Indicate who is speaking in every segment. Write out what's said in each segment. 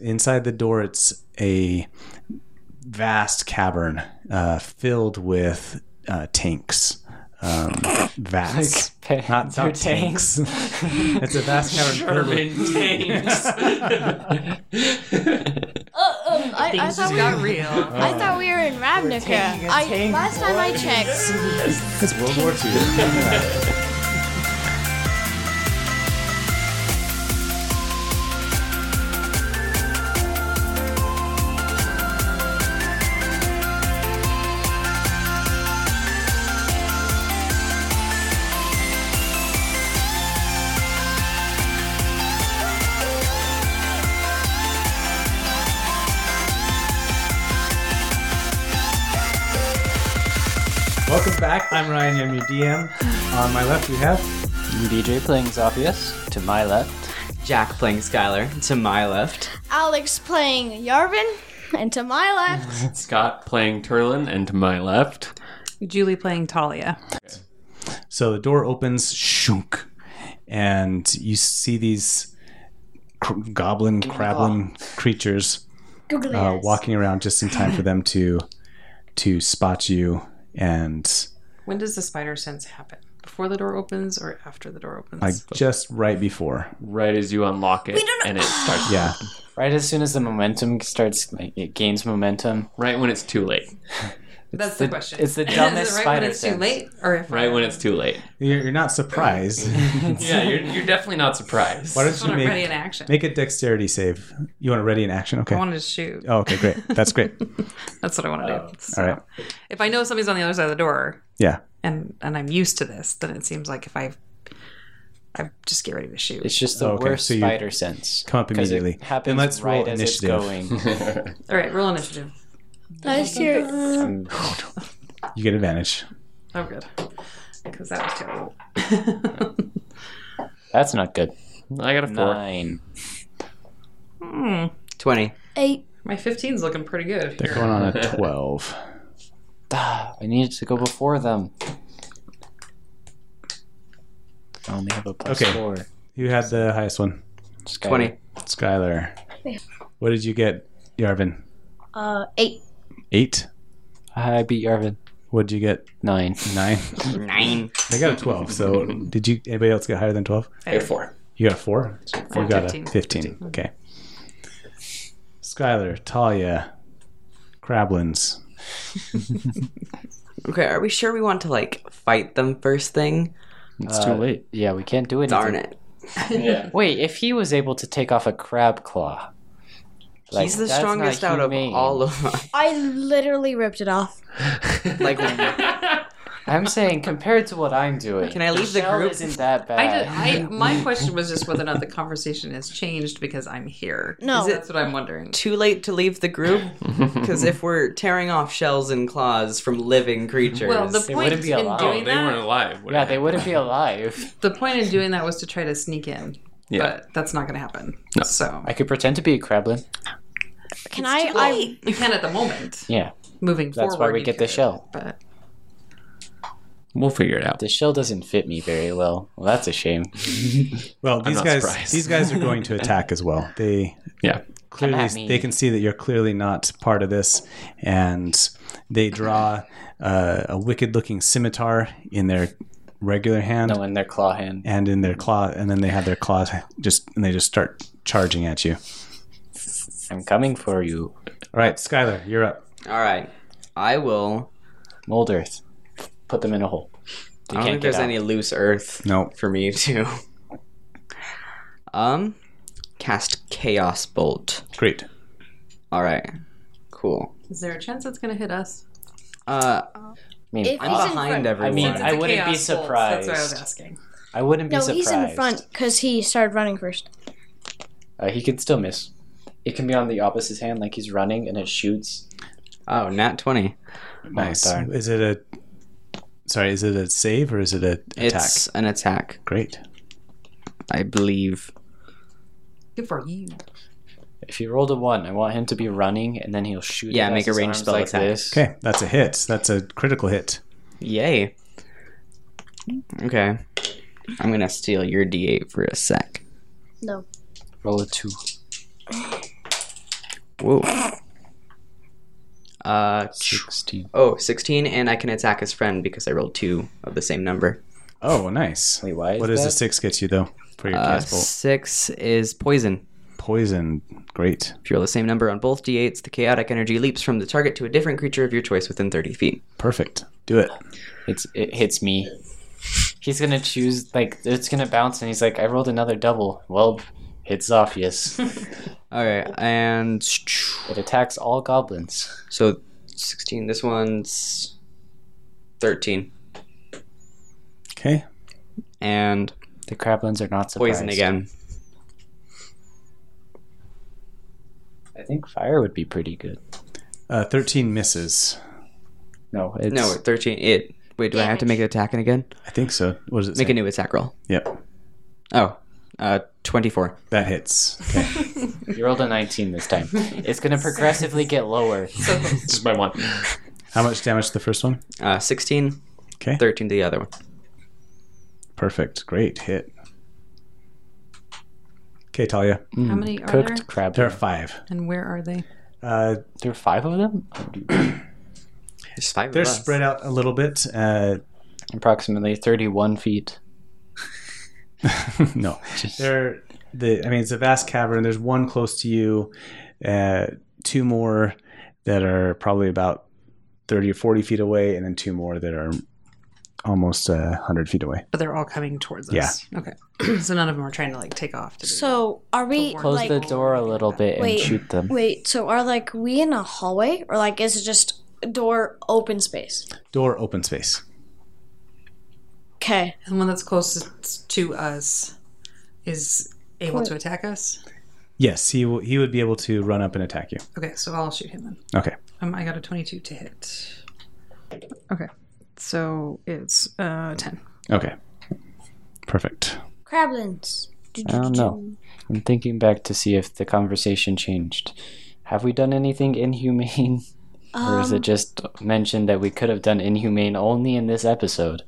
Speaker 1: Inside the door, it's a vast cavern uh, filled with uh, tanks. Um, vats.
Speaker 2: Like
Speaker 1: not, not tanks. it's a vast cavern filled with
Speaker 3: German tanks.
Speaker 4: um, I, I thought
Speaker 3: Things just
Speaker 4: we were,
Speaker 3: got real.
Speaker 4: I thought we were in Ravnica. I last time I checked.
Speaker 1: It's World War II. Welcome back. I'm Ryan. I'm your DM. On my left, we have
Speaker 2: BJ playing Zophius to my left.
Speaker 3: Jack playing Skylar to my left.
Speaker 4: Alex playing Yarvin, and to my left,
Speaker 5: Scott playing Turlin and to my left.
Speaker 6: Julie playing Talia.
Speaker 1: So the door opens, shunk, and you see these cr- goblin, crablin creatures
Speaker 4: googly
Speaker 1: uh,
Speaker 4: eyes.
Speaker 1: walking around just in time for them to to spot you. And uh,
Speaker 6: When does the spider sense happen? Before the door opens or after the door opens?
Speaker 1: like just right before,
Speaker 5: Right as you unlock it, and it starts.
Speaker 1: yeah,
Speaker 2: Right as soon as the momentum starts, like it gains momentum.
Speaker 5: Right when it's too late.
Speaker 6: That's
Speaker 2: the-
Speaker 6: the, question.
Speaker 2: it's the
Speaker 6: Is it
Speaker 2: dumbest
Speaker 6: right
Speaker 2: spider
Speaker 6: when it's
Speaker 2: sense.
Speaker 6: too late, or if
Speaker 5: Right when it's too late.
Speaker 1: you're, you're not surprised.
Speaker 5: Yeah, you're, you're definitely not surprised.
Speaker 1: Why
Speaker 6: I
Speaker 1: don't
Speaker 6: want
Speaker 1: you
Speaker 6: to ready
Speaker 1: make
Speaker 6: in action.
Speaker 1: make a dexterity save? You want to ready in action? Okay.
Speaker 6: I want to shoot.
Speaker 1: Oh, okay, great. That's great.
Speaker 6: That's what I want to do. So,
Speaker 1: All right.
Speaker 6: If I know somebody's on the other side of the door,
Speaker 1: Yeah.
Speaker 6: and and I'm used to this, then it seems like if I, I just get ready to shoot.
Speaker 2: It's just the
Speaker 1: Oh, okay.
Speaker 2: worst
Speaker 1: So you
Speaker 2: spider sense.
Speaker 1: come up
Speaker 2: 'Cause it
Speaker 1: immediately.
Speaker 2: happens
Speaker 1: Then let's roll
Speaker 2: right as it's
Speaker 1: initiative.
Speaker 2: going.
Speaker 6: All right, roll initiative.
Speaker 4: Nice year.
Speaker 2: Um,
Speaker 1: You get advantage.
Speaker 6: Oh, good. Because that was terrible.
Speaker 2: That's not good.
Speaker 5: I got a four.
Speaker 2: Nine.
Speaker 6: hmm.
Speaker 3: Twenty.
Speaker 4: Eight.
Speaker 6: My 15's looking pretty good.
Speaker 1: They're going on a twelve.
Speaker 2: Ah, I needed to go before them. I only have a plus
Speaker 1: Okay.
Speaker 2: four.
Speaker 1: Who had the highest one?
Speaker 2: Skylar.
Speaker 3: Twenty.
Speaker 1: Skylar. What did you get, Yarvin?
Speaker 4: Uh, eight.
Speaker 1: Eight.
Speaker 2: I beat Yarvin.
Speaker 1: What did you get?
Speaker 2: Nine.
Speaker 1: Nine.
Speaker 3: Nine.
Speaker 1: I got a twelve. So did you? Anybody else get higher than twelve?
Speaker 5: I got a four.
Speaker 1: You got a four.
Speaker 6: Four,
Speaker 1: you got
Speaker 6: 15.
Speaker 1: a fifteen. Okay. Skylar, Talia, Crablins.
Speaker 3: Okay, are we sure we want to like fight them first thing?
Speaker 5: It's too late.
Speaker 2: Yeah, we can't do anything.
Speaker 3: Uh, Darn it.
Speaker 5: Yeah.
Speaker 2: Wait, if he was able to take off a crab claw, like,
Speaker 3: He's the
Speaker 2: that's
Speaker 3: strongest
Speaker 2: not
Speaker 3: out of
Speaker 2: humane.
Speaker 3: all of us.
Speaker 4: I literally ripped it off.
Speaker 3: Like,
Speaker 2: I'm saying compared to what I'm doing.
Speaker 3: Can I leave the
Speaker 2: Shell
Speaker 3: group?
Speaker 2: Isn't that bad?
Speaker 6: I, did, I my question was just whether or not the conversation has changed because I'm here.
Speaker 4: No.
Speaker 6: Is it- that's what I'm wondering.
Speaker 3: too late to leave the group? Because if we're tearing off shells and claws from living creatures,
Speaker 6: Well, the
Speaker 2: They
Speaker 6: point in
Speaker 2: wouldn't be allowed.
Speaker 5: Oh,
Speaker 6: doing
Speaker 5: they weren't
Speaker 6: that,
Speaker 5: alive. What
Speaker 2: yeah, they wouldn't be alive.
Speaker 6: the point in doing that was to try to sneak in.
Speaker 5: Yeah.
Speaker 6: But that's not going to happen. So
Speaker 2: I could pretend to be a crablin.
Speaker 4: Can I? I
Speaker 6: you can at the moment.
Speaker 2: Yeah,
Speaker 6: Moving forward,
Speaker 2: that's why we
Speaker 6: you
Speaker 2: get the
Speaker 6: could,
Speaker 2: shell.
Speaker 6: But
Speaker 5: We'll figure it out.
Speaker 2: The shell doesn't fit me very well. Well, that's a shame.
Speaker 1: Well, these
Speaker 5: not
Speaker 1: guys,
Speaker 5: surprised.
Speaker 1: these guys are going to attack as well. They
Speaker 5: Yeah.
Speaker 2: at
Speaker 1: clearly
Speaker 2: me.
Speaker 1: they can see that you're clearly not part of this, and they draw uh, a wicked-looking scimitar in their regular hand.
Speaker 2: No, in their claw hand.
Speaker 1: and in their claw and then they have their claws just and they just start charging at you
Speaker 2: I'm coming for you,
Speaker 1: all right skylar you're up
Speaker 3: all right, I will.
Speaker 2: mold earth. Put them in a hole.
Speaker 3: I
Speaker 2: They
Speaker 3: don't
Speaker 2: can't
Speaker 3: think
Speaker 2: get
Speaker 3: there's
Speaker 2: out.
Speaker 3: any loose earth
Speaker 1: no
Speaker 3: for me to. Um, cast chaos bolt.
Speaker 1: great
Speaker 3: All right, cool.
Speaker 6: is there a chance it's going to hit us?
Speaker 3: Uh,
Speaker 2: I mean,
Speaker 4: if
Speaker 3: I'm
Speaker 4: he's in
Speaker 3: behind
Speaker 4: front.
Speaker 3: everyone.
Speaker 2: mean,
Speaker 6: Since it's
Speaker 2: I
Speaker 6: a
Speaker 2: wouldn't
Speaker 6: chaos
Speaker 2: be
Speaker 6: bolt, that's what I was
Speaker 2: surprised.
Speaker 6: asking.
Speaker 2: I wouldn't be
Speaker 4: no,
Speaker 2: surprised.
Speaker 4: he's in front because he started running first.
Speaker 2: Uh, he can still miss. It can be on the opposite hand, like he's running and it shoots.
Speaker 3: oh, nat twenty.
Speaker 1: nice
Speaker 2: darn.
Speaker 1: is it a sorry is it a save or is it a attack
Speaker 3: It's an attack,
Speaker 1: great
Speaker 3: I believe.
Speaker 6: Good for you.
Speaker 2: If he rolled a one, I want him to be running and then he'll shoot.
Speaker 3: Yeah,
Speaker 2: it
Speaker 3: make
Speaker 2: as
Speaker 3: a
Speaker 2: his
Speaker 3: ranged
Speaker 2: arms
Speaker 3: spell
Speaker 2: like
Speaker 3: attack.
Speaker 2: This.
Speaker 1: okay that's a hit that's a critical hit
Speaker 3: Yay. Okay, I'm gonna steal your d8 for a sec.
Speaker 4: No.
Speaker 2: Roll a two.
Speaker 3: Whoa. Uh,
Speaker 2: 16.
Speaker 3: oh, 16, and I can attack his friend because I rolled two of the same number.
Speaker 1: Oh, nice.
Speaker 2: Wait, why is
Speaker 1: what does
Speaker 2: that?
Speaker 1: the six get you though for your
Speaker 3: Uh,
Speaker 1: cast bolt?
Speaker 3: six is poison.
Speaker 1: Poison. Great.
Speaker 3: If you roll the same number on both d8s, the chaotic energy leaps from the target to a different creature of your choice within 30 feet.
Speaker 1: Perfect. Do it.
Speaker 2: It's it hits me. He's gonna choose like it's gonna bounce, and he's like, I rolled another double. Well, hits Zophius.
Speaker 3: All right, and
Speaker 2: it attacks all goblins.
Speaker 3: so 16. This one's 13,
Speaker 1: Okay.
Speaker 3: and
Speaker 2: The crablins are not surprised.
Speaker 3: poison again.
Speaker 2: I think fire would be pretty good.
Speaker 1: Uh, Thirteen misses.
Speaker 2: No, it's
Speaker 3: No, 13. It. Wait, do I have to make an attack again?
Speaker 1: I think so. What does it
Speaker 3: Make
Speaker 1: say?
Speaker 3: a new attack roll.
Speaker 1: Yep.
Speaker 3: Oh, uh, 24.
Speaker 1: That hits. Okay.
Speaker 2: you rolled a 19 this time. It's gonna progressively get lower.
Speaker 5: Just by one.
Speaker 1: How much damage to the first one?
Speaker 3: Uh, 16,
Speaker 1: Okay.
Speaker 3: 13 to the other one.
Speaker 1: Perfect. Great hit. Okay, Talia.
Speaker 6: How many are there?
Speaker 2: Mm, Cooked crab.
Speaker 1: There are
Speaker 2: There
Speaker 1: five.
Speaker 6: And where are they?
Speaker 1: Uh,
Speaker 2: are five of them,
Speaker 3: There's five
Speaker 1: they're
Speaker 3: of us.
Speaker 1: spread out a little bit. Uh,
Speaker 2: approximately 31 feet.
Speaker 1: no, they're the. I mean, it's a vast cavern. There's one close to you. Uh, two more that are probably about thirty or forty feet away, and then two more that are almost uh, hundred feet away.
Speaker 6: But they're all coming towards
Speaker 1: Yeah.
Speaker 6: us. Okay. so none of them are trying to like take off. To do
Speaker 4: So are we
Speaker 6: Close
Speaker 2: Close
Speaker 4: like?
Speaker 2: the door a little bit
Speaker 4: Wait.
Speaker 2: and shoot them.
Speaker 4: Wait, so are like we in a hallway or like is it just a door open space?
Speaker 1: Door open space.
Speaker 4: Okay.
Speaker 6: that. the one that's closest to us is able to attack us.
Speaker 1: Yes, he will, he would be able to run up and attack you.
Speaker 6: Okay, so I'll shoot him then.
Speaker 1: Okay,
Speaker 6: Um, I got a 22 to hit. Okay, so it's uh 10.
Speaker 1: okay, perfect.
Speaker 4: Crablins.
Speaker 2: I don't know. I'm thinking back to see if the conversation changed. Have we done anything inhumane? or
Speaker 4: Um,
Speaker 2: is it just mentioned that we could have done inhumane only in this episode?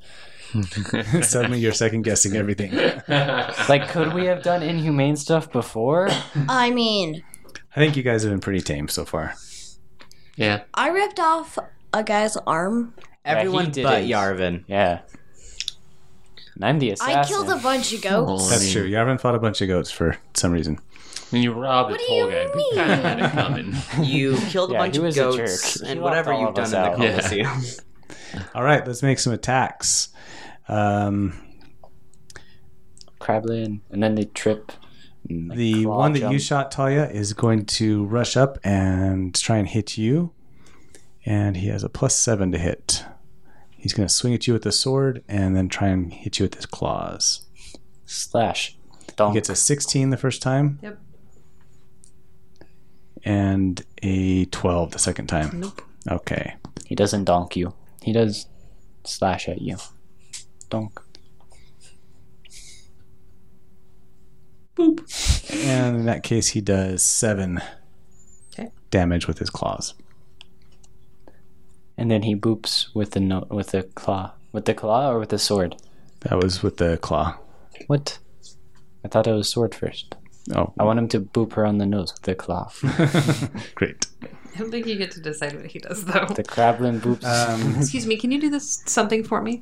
Speaker 1: Suddenly, you're second guessing everything.
Speaker 2: Like, could we have done inhumane stuff before?
Speaker 4: I mean,
Speaker 1: I think you guys have been pretty tame so far.
Speaker 5: Yeah.
Speaker 4: I ripped off a guy's arm.
Speaker 3: Everyone
Speaker 2: did
Speaker 3: but
Speaker 2: it.
Speaker 3: Yarvin.
Speaker 2: Yeah. And I'm the assassin.
Speaker 4: I killed a bunch of goats.
Speaker 5: Well, I
Speaker 1: That's
Speaker 5: mean,
Speaker 1: true. Yarvin fought a bunch of goats for some reason.
Speaker 5: When you rob a
Speaker 4: do
Speaker 5: tall
Speaker 4: you
Speaker 5: guy, but you kind of had it coming.
Speaker 3: You killed a
Speaker 2: Yeah,
Speaker 3: bunch
Speaker 2: he
Speaker 3: of
Speaker 2: was a
Speaker 3: goats
Speaker 2: jerk. He
Speaker 3: and
Speaker 2: left
Speaker 3: whatever
Speaker 2: all
Speaker 3: you've
Speaker 2: of
Speaker 3: done
Speaker 2: us
Speaker 3: in the
Speaker 2: out.
Speaker 5: Yeah.
Speaker 3: Colosseum.
Speaker 1: All right, let's make some attacks. Um,
Speaker 2: Krablin, and then they trip. and, like,
Speaker 1: the
Speaker 2: claw
Speaker 1: one that you
Speaker 2: jump.
Speaker 1: shot, Talia, is going to rush up and try and hit you. And he has a plus seven to hit. He's going to swing at you with the sword and then try and hit you with his claws.
Speaker 2: slash.
Speaker 1: He
Speaker 2: Donk.
Speaker 1: gets a 16 the first time.
Speaker 6: Yep.
Speaker 1: And a 12 the second time.
Speaker 6: Nope.
Speaker 1: Okay.
Speaker 2: He doesn't donk you. He does slash at you. Donk.
Speaker 1: And in that case, he does seven
Speaker 6: Okay.
Speaker 1: damage with his claws.
Speaker 2: And then he boops with the no- with the claw, with the claw or with the sword.
Speaker 1: That was with the claw.
Speaker 2: What? I thought it was sword first.
Speaker 1: Oh,
Speaker 2: I want him to boop her on the nose with the claw.
Speaker 1: great.
Speaker 6: I don't think you get to decide what he does though.
Speaker 2: The Krablin boops.
Speaker 6: Excuse me, can you do this something for me?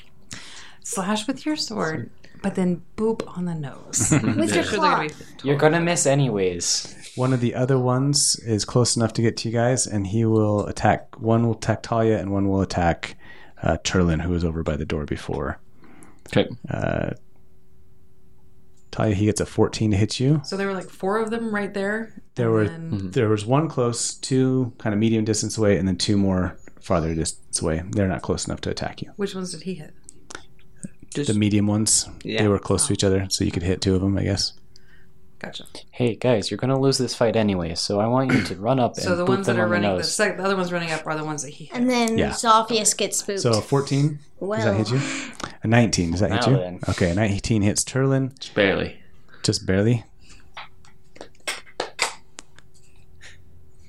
Speaker 6: Slash with your sword, but then boop on the nose.
Speaker 4: With your
Speaker 6: Those are gonna
Speaker 4: claw.
Speaker 6: be-
Speaker 2: You're gonna miss anyways.
Speaker 1: One of the other ones is close enough to get to you guys, and he will attack. One will attack Talia, and one will attack uh, Turlin, who was over by the door before.
Speaker 5: Okay.
Speaker 1: Talia, he gets a 14 to hit you.
Speaker 6: So there were like four of them right there.
Speaker 1: There
Speaker 6: and
Speaker 1: were
Speaker 6: then-
Speaker 2: Mm.
Speaker 1: there was one close, two kind of medium distance away, and then two more farther distance away. They're not close enough to attack you.
Speaker 6: Which ones did he hit?
Speaker 1: The medium ones,
Speaker 3: Yeah.
Speaker 1: they were close to each other, so you could hit two of them, I guess.
Speaker 6: Gotcha.
Speaker 2: Hey guys, you're gonna lose this fight anyway, so I want you to run up and
Speaker 6: So the
Speaker 2: boop
Speaker 6: ones
Speaker 2: them
Speaker 6: that are
Speaker 2: on the
Speaker 6: running, the,
Speaker 2: nose.
Speaker 6: sec- the other ones running up are the ones that he hit.
Speaker 4: And then
Speaker 1: Yeah.
Speaker 4: Zophius gets spooked.
Speaker 1: So a 14,
Speaker 4: well,
Speaker 1: does that hit you? A 19, does that hit
Speaker 2: Now
Speaker 1: you?
Speaker 2: then.
Speaker 1: Okay, a 19 hits Turlin,
Speaker 5: Just barely.
Speaker 1: just barely.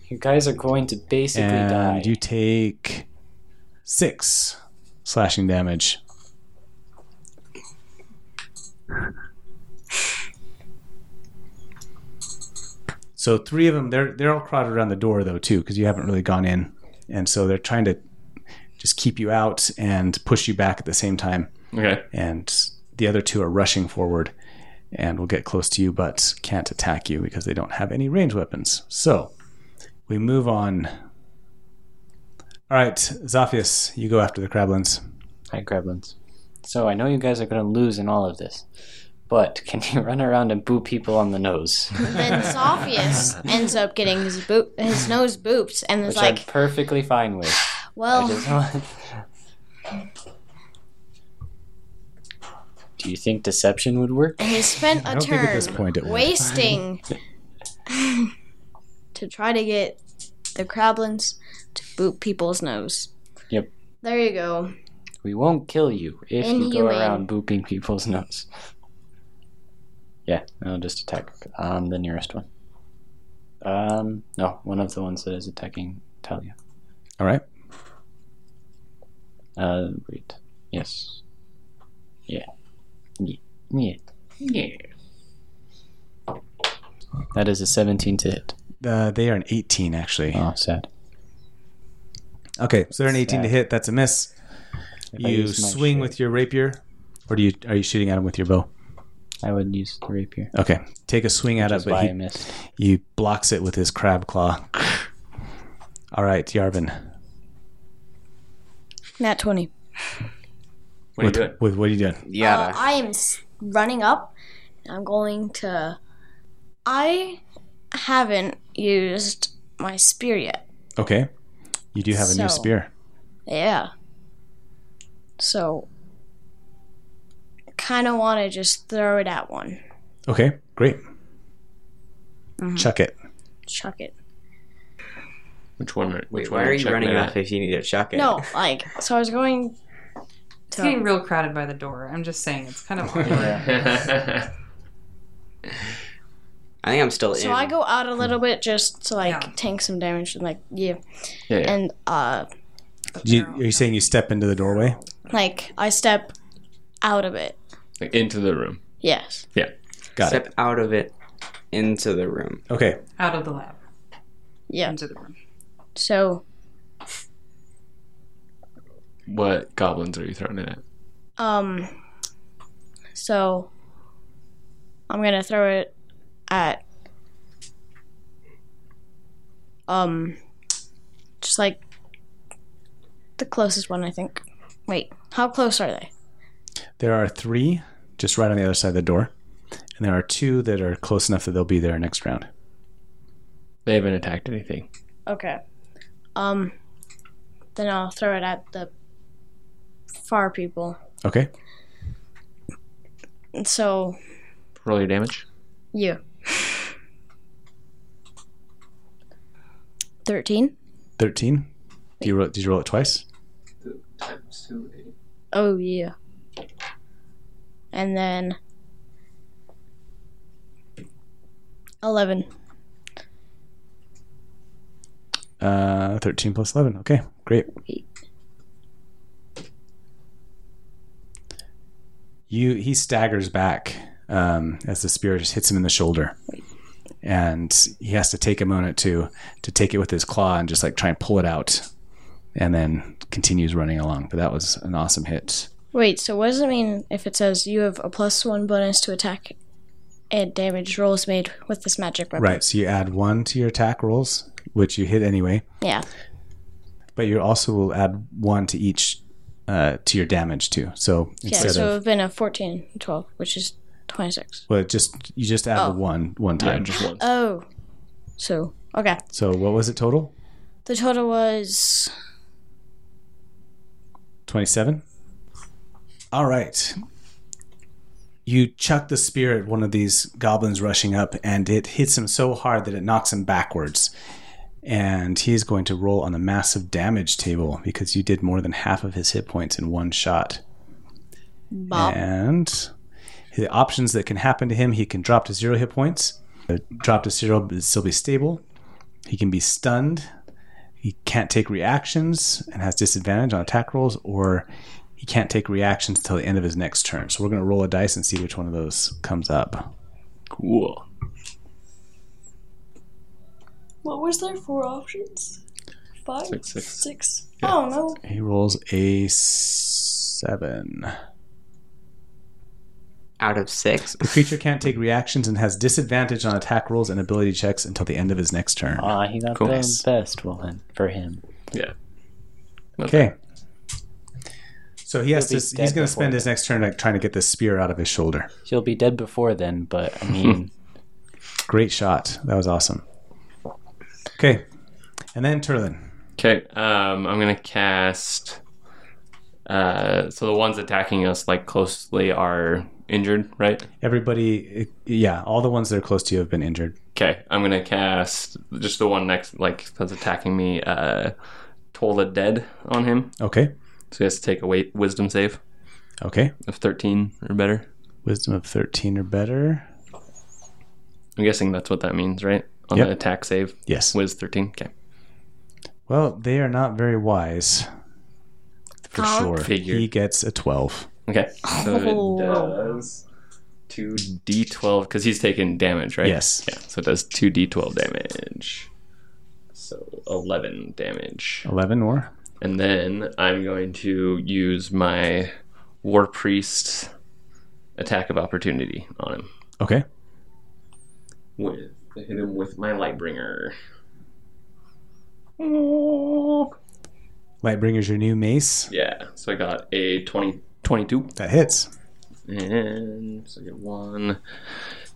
Speaker 2: you guys are going to basically
Speaker 1: and
Speaker 2: die.
Speaker 1: you take six slashing damage. So three of them, they're they're all crowded around the door though too, because you haven't really gone in, and so they're trying to just keep you out and push you back at the same time.
Speaker 5: Okay.
Speaker 1: And the other two are rushing forward, and will get close to you, but can't attack you because they don't have any range weapons. So we move on. All right, Zaphius, you go after the Krablins.
Speaker 2: Hi, Gremlins. So I know you guys are going to lose in all of this, but can you run around and boo people on the nose?
Speaker 4: Then Zophius ends up getting his boop, his nose booped, and is
Speaker 2: Which
Speaker 4: like, oh.
Speaker 2: I'm perfectly fine with. I
Speaker 4: "Well,
Speaker 2: just want. Do you think deception would work?
Speaker 4: and he spent
Speaker 1: don't
Speaker 4: a
Speaker 1: think
Speaker 4: turn
Speaker 1: at this point it would.
Speaker 4: wasting to try to get the Krablins to boop people's nose."
Speaker 2: Yep.
Speaker 4: There you go.
Speaker 2: We won't kill you if you go
Speaker 4: Inhumane.
Speaker 2: around booping people's nose. Yeah, I'll just attack um, the nearest one. Um, no, one of the ones that is attacking Talia.
Speaker 1: All right.
Speaker 2: Uh, wait. Yes. Yeah. Yeah. Yeah.
Speaker 5: Yeah.
Speaker 2: That is a 17 to hit.
Speaker 1: Uh, they are an 18, actually.
Speaker 2: Oh, sad.
Speaker 1: Okay, so they're an 18 to
Speaker 2: Sad.
Speaker 1: hit. That's a miss.
Speaker 2: If I
Speaker 1: You
Speaker 2: use my
Speaker 1: swing
Speaker 2: shit,
Speaker 1: with your rapier, or do you are you shooting at him with your bow?
Speaker 2: I would use the rapier.
Speaker 1: Okay, take a swing at it,
Speaker 2: That's
Speaker 1: but
Speaker 2: why I
Speaker 1: he,
Speaker 2: missed.
Speaker 1: he blocks it with his crab claw. All right, Yarvin,
Speaker 4: Nat twenty.
Speaker 5: What are you doing?
Speaker 1: with, with what are you doing?
Speaker 3: Yada.
Speaker 4: Uh, I am s- running up. and I'm going to. I haven't used my spear yet.
Speaker 1: Okay, you do have a new
Speaker 4: So-
Speaker 1: spear.
Speaker 4: Yeah. So. Kind of want to just throw it at one.
Speaker 1: Okay, great. Chuck it.
Speaker 4: Chuck it.
Speaker 5: Which one? Which
Speaker 3: Wait,
Speaker 5: one
Speaker 3: why are you
Speaker 5: checking
Speaker 3: running
Speaker 5: it
Speaker 3: up
Speaker 5: out?
Speaker 3: if you need to chuck it?
Speaker 4: No, like, so I was going
Speaker 6: It's getting
Speaker 4: to.
Speaker 6: real crowded by the door. I'm just saying, it's kind of awkward.
Speaker 3: I think I'm still in.
Speaker 4: So I go out a little bit just to, like,
Speaker 6: Yeah.
Speaker 4: tank some damage and, like, yeah.
Speaker 5: yeah. yeah.
Speaker 4: And, uh,
Speaker 1: Do you, are you saying you step into the doorway?
Speaker 4: like, I step out of it.
Speaker 5: Like, into the room.
Speaker 4: Yes.
Speaker 1: Got
Speaker 3: Step out of it into the room.
Speaker 1: it. Okay,
Speaker 6: Out of the lab,
Speaker 4: Yeah.
Speaker 6: into the room.
Speaker 4: So,
Speaker 5: What goblins are you throwing it at?
Speaker 4: Um. So I'm gonna throw it at um, just like the closest one, I think. Wait, how close are they?
Speaker 1: there are three just right on the other side of the door, and there are two that are close enough that they'll be there next round.
Speaker 5: They haven't attacked anything.
Speaker 4: Okay. Um. Then I'll throw it at the far people.
Speaker 1: Okay,
Speaker 4: And So
Speaker 5: Roll your damage.
Speaker 4: you. Thirteen.
Speaker 1: thirteen. Do you roll, did you roll it twice?
Speaker 4: Oh yeah. And then eleven.
Speaker 1: Uh, 13 plus 11. Okay, great. You he staggers back um, as the spear just hits him in the shoulder, and he has to take a moment to to take it with his claw and just like try and pull it out, and then continues running along. But that was an awesome hit.
Speaker 4: Wait, so what does it mean if it says you have a plus one bonus to attack and damage rolls made with this magic weapon?
Speaker 1: Right, so you add one to your attack rolls, which you hit anyway,
Speaker 4: Yeah.
Speaker 1: but you also will add one to each uh, to your damage too. So
Speaker 4: Yeah,
Speaker 1: instead
Speaker 4: so it
Speaker 1: of
Speaker 4: would have been a 14, 12, which is 26.
Speaker 1: Well, it just you just add
Speaker 4: Oh.
Speaker 1: the one one
Speaker 5: Yeah,
Speaker 1: time.
Speaker 5: just once.
Speaker 4: Oh. So, okay.
Speaker 1: so what was it total?
Speaker 4: The total was.
Speaker 1: Twenty seven. All right. You chuck the spear at one of these goblins rushing up, and it hits him so hard that it knocks him backwards. And he is going to roll on the massive damage table because you did more than half of his hit points in one shot.
Speaker 4: Bob.
Speaker 1: And the options that can happen to him he can drop to zero hit points, uh, drop to zero, but still be stable. He can be stunned. He can't take reactions and has disadvantage on attack rolls, or he can't take reactions until the end of his next turn. So we're going to roll a dice and see which one of those comes up.
Speaker 5: Cool.
Speaker 4: What was there? Four options? Five?
Speaker 5: Six, six.
Speaker 4: Six.
Speaker 5: Yeah.
Speaker 4: Oh, no.
Speaker 1: He rolls a seven.
Speaker 3: Out of six.
Speaker 1: The creature can't take reactions and has disadvantage on attack rolls and ability checks until the end of his next turn.
Speaker 2: Ah, he got
Speaker 5: Cool.
Speaker 2: the best one for him.
Speaker 1: Okay. So he has to.
Speaker 2: He'll be
Speaker 1: He's
Speaker 2: dead
Speaker 1: going to
Speaker 2: before
Speaker 1: spend his next turn like trying to get this spear out of his shoulder.
Speaker 2: She'll be dead before then, but I mean,
Speaker 1: Great shot. That was awesome. Okay, and then Turlin.
Speaker 5: Okay, um, I'm gonna cast. Uh, so the ones attacking us like closely are injured, right?
Speaker 1: Everybody, yeah, all the ones that are close to you have been injured.
Speaker 5: Okay, I'm gonna cast just the one next, like that's attacking me. Uh, toll the dead on him,
Speaker 1: Okay,
Speaker 5: so he has to take a wait, wisdom save
Speaker 1: okay.
Speaker 5: of 13 or better.
Speaker 1: Wisdom of thirteen or better.
Speaker 5: I'm guessing that's what that means, right? On
Speaker 1: Yep.
Speaker 5: the attack save,
Speaker 1: Yes.
Speaker 5: Wiz 13. Okay,
Speaker 1: Well, they are not very wise. For
Speaker 4: Huh?
Speaker 1: sure,
Speaker 5: Figured.
Speaker 1: he gets a twelve.
Speaker 5: okay. So
Speaker 4: Oh.
Speaker 5: it does two d12 because he's taking damage, right?
Speaker 1: Yes.
Speaker 5: Yeah. So it does two d12 damage. So 11 damage.
Speaker 1: Eleven or
Speaker 5: And then I'm going to use my War Priest attack of opportunity on him.
Speaker 1: okay.
Speaker 5: With I hit him with my Lightbringer.
Speaker 1: Lightbringer's your new mace.
Speaker 5: Yeah. So I got a 20, 22.
Speaker 1: That hits.
Speaker 5: And so I get one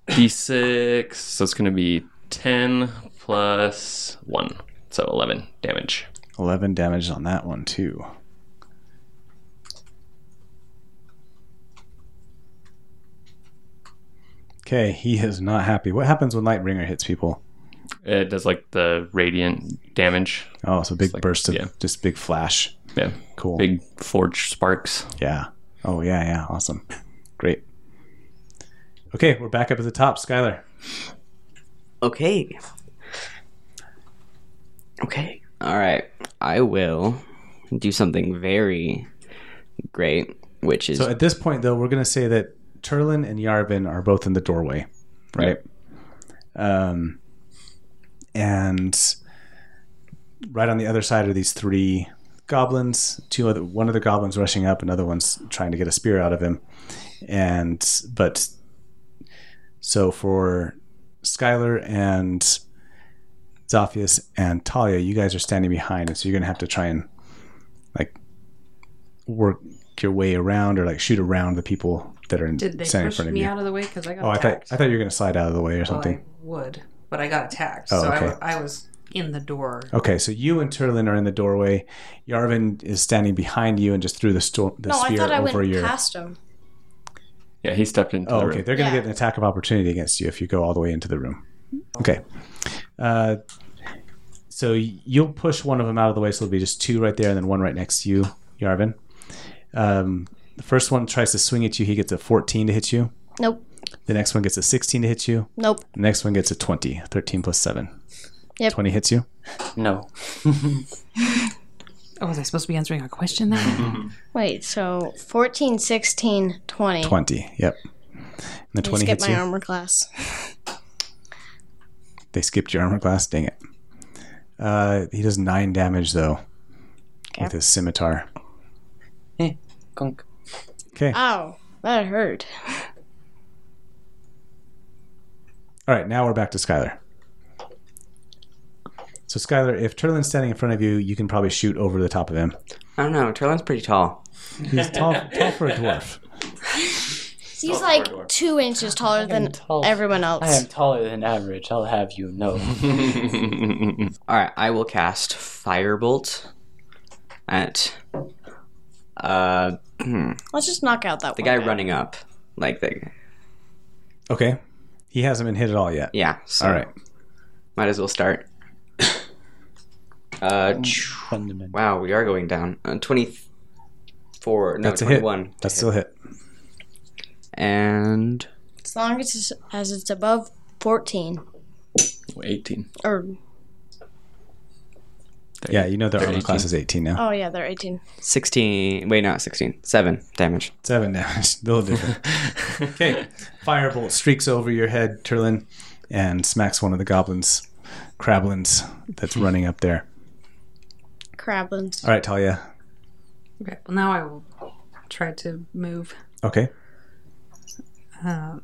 Speaker 5: d6. So it's going to be 10 plus 1. So 11 damage.
Speaker 1: 11 damage on that one too. Okay, he is not happy. What happens when Lightbringer hits people?
Speaker 5: It does like the radiant damage.
Speaker 1: Oh, so big
Speaker 5: like-
Speaker 1: burst of
Speaker 5: yeah.
Speaker 1: just big flash.
Speaker 5: Yeah.
Speaker 1: Cool.
Speaker 5: Big forge sparks.
Speaker 1: Yeah. Oh yeah, yeah. Awesome. Great. Okay, we're back up at the top, Skylar.
Speaker 3: Okay. Okay. All right. I will do something very great, which is
Speaker 1: So at this point though, we're gonna say that Turlin and Yarvin are both in the doorway. Right. Um and right on the other side are these three goblins. Two other, one of the goblins rushing up, another one's trying to get a spear out of him. And but so for Skylar and Zophius and Talia, you guys are standing behind, and so you're gonna have to try and like work your way around or like shoot around the people that are in,
Speaker 6: Did they
Speaker 1: standing in
Speaker 6: push
Speaker 1: front of
Speaker 6: me
Speaker 1: you.
Speaker 6: out of the way? Because I got
Speaker 1: Oh, I thought
Speaker 6: attacked.
Speaker 1: I thought you were gonna slide out of the way or
Speaker 6: Well,
Speaker 1: something.
Speaker 6: I would, but I got attacked.
Speaker 1: Oh,
Speaker 6: so I
Speaker 1: okay. Oh.
Speaker 6: wa- I, was in the door.
Speaker 1: Okay, so you and Turlin are in the doorway. Yarvin is standing behind you and just threw the, sto- the
Speaker 4: no, I
Speaker 1: spear
Speaker 4: thought I went
Speaker 1: over your.
Speaker 4: past him.
Speaker 5: Yeah, he stepped into
Speaker 1: oh,
Speaker 5: the
Speaker 1: okay.
Speaker 5: room.
Speaker 1: They're going to
Speaker 4: Yeah.
Speaker 1: get an attack of opportunity against you if you go all the way into the room. Okay. Uh, so you'll push one of them out of the way, so there'll be just two right there and then one right next to you, Yarvin. Um, the first one tries to swing at you. He gets a 14 to hit you.
Speaker 4: Nope.
Speaker 1: The next one gets a 16 to hit you.
Speaker 4: Nope.
Speaker 1: The next one gets a 20. 13 plus 7.
Speaker 4: Yep.
Speaker 1: 20 hits you.
Speaker 2: no.
Speaker 6: Oh, was I supposed to be answering a question then?
Speaker 4: Wait, so 14, 16, 20.
Speaker 1: 20. Yep. And the
Speaker 4: You
Speaker 1: 20
Speaker 4: skip
Speaker 1: hits
Speaker 4: my
Speaker 1: you.
Speaker 4: armor class.
Speaker 1: They skipped your armor class. Dang it. Uh, he does nine damage though with his scimitar.
Speaker 2: Gunk.
Speaker 1: Okay.
Speaker 4: Ow, that hurt.
Speaker 1: All right. Now we're back to Skylar. So Skylar, if Turlin's standing in front of you, you can probably shoot over the top of him.
Speaker 3: I don't know. Turlin's pretty tall.
Speaker 1: He's tall, tall for a dwarf.
Speaker 3: Oh,
Speaker 4: He's like two inches taller than
Speaker 2: tall.
Speaker 4: everyone
Speaker 2: I am
Speaker 4: else.
Speaker 2: taller than average. I'll have you know.
Speaker 3: All right. I will cast firebolt at uh
Speaker 4: Let's just knock out that
Speaker 3: the
Speaker 4: one.
Speaker 3: guy running up, like the
Speaker 1: Okay. He hasn't been hit at all yet.
Speaker 3: yeah. So
Speaker 1: All right.
Speaker 3: Might as well start. uh, tch,
Speaker 2: Fundamental.
Speaker 3: wow, we are going down. Uh, Twenty-four. No,
Speaker 1: That's a hit.
Speaker 3: twenty-one.
Speaker 1: That's still a hit.
Speaker 3: And
Speaker 4: As long as it's, as it's above 14.
Speaker 5: 18.
Speaker 4: Or,
Speaker 1: Yeah, you know their
Speaker 5: They're
Speaker 1: armor class
Speaker 5: 18.
Speaker 1: is 18 now.
Speaker 4: oh yeah, they're 18.
Speaker 3: 16 wait not 16 7 damage
Speaker 1: Seven damage. Little different. okay. Firebolt streaks over your head, Turlin, and smacks one of the goblins Crablins that's running up there.
Speaker 4: Crablins.
Speaker 1: All right, Talia.
Speaker 6: Okay. Well, now I will try to move.
Speaker 1: Okay.
Speaker 6: Uh,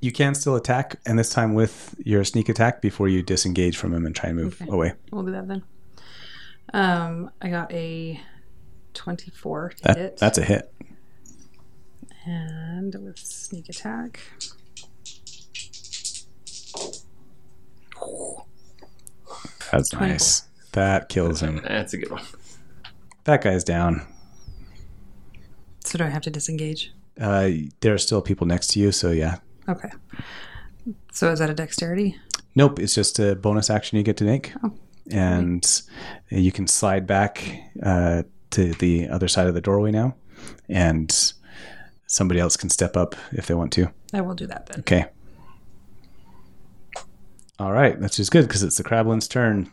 Speaker 1: You can still attack, and this time with your sneak attack before you disengage from him and try and move
Speaker 6: Okay.
Speaker 1: away.
Speaker 6: we'll do that then. Um, I got a twenty-four to
Speaker 1: That,
Speaker 6: hit,
Speaker 1: That's a hit.
Speaker 6: and with sneak attack.
Speaker 1: That's nice. That kills him.
Speaker 5: That's a good one.
Speaker 1: That guy's down.
Speaker 6: So do I have to disengage?
Speaker 1: Uh, there are still people next to you, so yeah.
Speaker 6: Okay. So is that a dexterity?
Speaker 1: Nope, it's just a bonus action you get to make.
Speaker 6: Oh,
Speaker 1: And you can slide back uh, to the other side of the doorway now, and somebody else can step up if they want to.
Speaker 6: I will do that then.
Speaker 1: Okay. All right, that's just good because it's the Crablin's turn.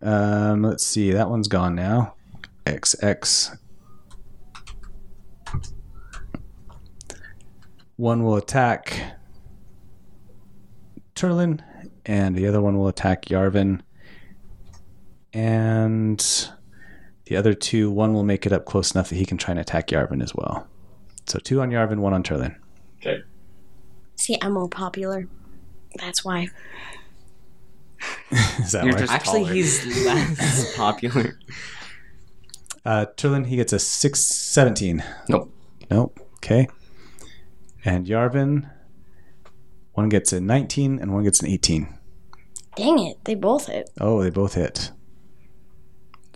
Speaker 1: Um, let's see, that one's gone now. XX. One will attack Turlin, and the other one will attack Yarvin. And the other two, one will make it up close enough that he can try and attack Yarvin as well. So two on Yarvin, one on Turlin.
Speaker 4: See, I'm more popular. That's why.
Speaker 1: Is that
Speaker 3: You're
Speaker 1: why?
Speaker 3: just actually he's less popular.
Speaker 1: Uh, Turlin, he gets a six seventeen.
Speaker 5: Nope.
Speaker 1: Nope. Okay. And Yarvin, one gets a 19 and one gets an 18.
Speaker 4: Dang it, they both hit.
Speaker 1: Oh, they both hit.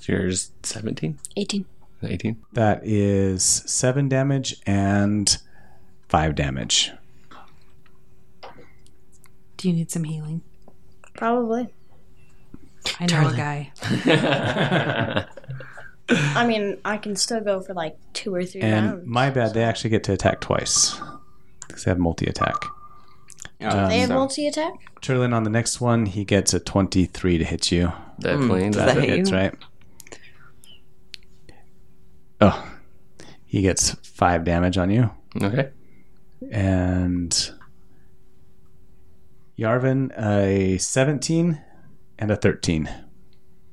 Speaker 5: Yours 17?
Speaker 4: 18.
Speaker 5: 18?
Speaker 1: That is seven damage and five damage.
Speaker 6: Do you need some healing?
Speaker 4: Probably.
Speaker 6: I know a guy.
Speaker 4: I mean, I can still go for like two or three
Speaker 1: And
Speaker 4: rounds.
Speaker 1: my bad, they actually get to attack twice because they have multi attack.
Speaker 3: Oh,
Speaker 4: they have
Speaker 3: so-
Speaker 4: multi attack?
Speaker 1: Turlin on the next one, he gets a 23 to hit you.
Speaker 5: Definitely.
Speaker 3: does
Speaker 5: that
Speaker 3: that hit
Speaker 5: hit.
Speaker 1: Hmm, That's
Speaker 3: you?
Speaker 1: right. Oh, he gets five damage on you.
Speaker 5: Okay.
Speaker 1: and Yarvin a 17 and a 13.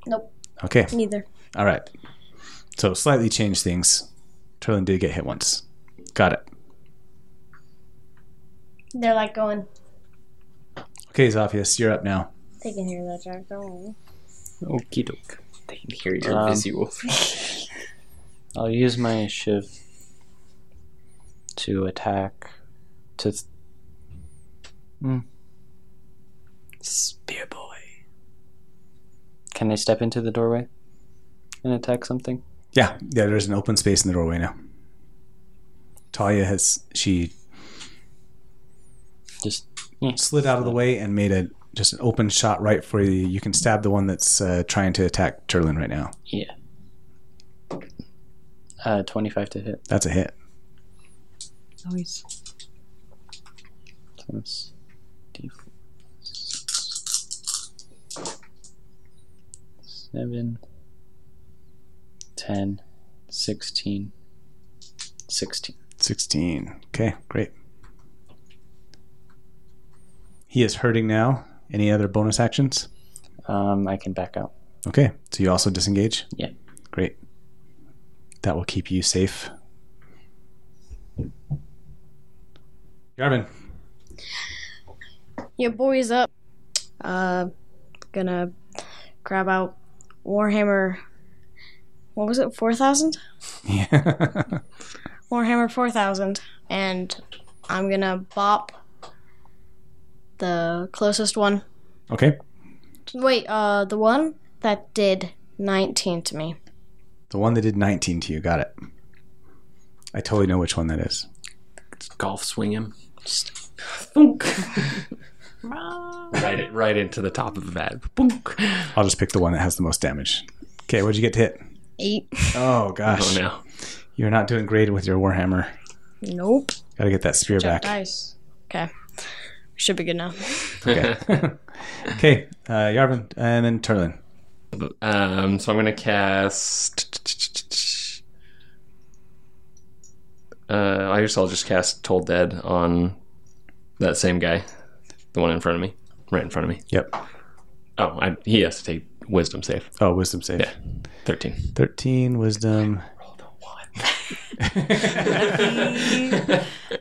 Speaker 4: Nope,
Speaker 1: Okay.
Speaker 4: neither.
Speaker 1: All right. So slightly changed things. Turlin did get hit once. Got it.
Speaker 4: They're like going,
Speaker 1: Okay, Zophius, you're up now.
Speaker 4: they can hear that jack. Don't worry.
Speaker 2: Okie doke.
Speaker 3: They can hear your
Speaker 2: Um,
Speaker 3: visuals.
Speaker 2: I'll use my shiv to attack. To th-
Speaker 3: Spear boy.
Speaker 2: can I step into the doorway and attack something?
Speaker 1: Yeah, yeah, there's an open space in the doorway now. Talia has she
Speaker 2: Just yeah.
Speaker 1: slid out of the way and made a just an open shot right for you. You can stab the one that's uh, trying to attack Turlin right now.
Speaker 2: Yeah. Uh, twenty-five to hit.
Speaker 1: That's a hit.
Speaker 6: Always.
Speaker 2: Plus d Seven. Ten. Sixteen. Sixteen.
Speaker 1: 16. Okay, great. He is hurting now. Any other bonus actions?
Speaker 2: Um, I can back out.
Speaker 1: Okay, so you also disengage?
Speaker 2: Yeah.
Speaker 1: Great. That will keep you safe. Yarvin.
Speaker 4: Your boy's up. Uh, gonna grab out Warhammer. What was it? Four thousand.
Speaker 1: Yeah.
Speaker 4: Warhammer four thousand, and I'm gonna bop the closest one.
Speaker 1: okay,
Speaker 4: Wait, uh, the one that did nineteen to me.
Speaker 1: the one that did 19 to you. Got it. I totally know which one that is.
Speaker 5: Golf swing him.
Speaker 6: Ah,
Speaker 5: Right, right into the top of the bat. Boonk.
Speaker 1: I'll just pick the one that has the most damage. Okay, what'd you get to hit?
Speaker 4: Eight.
Speaker 1: Oh,
Speaker 5: Oh
Speaker 1: gosh.
Speaker 5: no.
Speaker 1: You're not doing great with your Warhammer.
Speaker 4: Nope.
Speaker 1: Gotta get that spear
Speaker 4: Check
Speaker 1: back.
Speaker 4: dice. Okay. Should be good now.
Speaker 1: Okay. okay. Uh, Yarvin and then Turlin.
Speaker 5: Um, so I'm gonna cast. Uh, I guess I'll just cast Toll Dead on that same guy. The one in front of me, right in front of me.
Speaker 1: Yep.
Speaker 5: Oh, I, he has to take wisdom save.
Speaker 1: Oh, wisdom save.
Speaker 5: Yeah. Thirteen.
Speaker 1: 13, wisdom.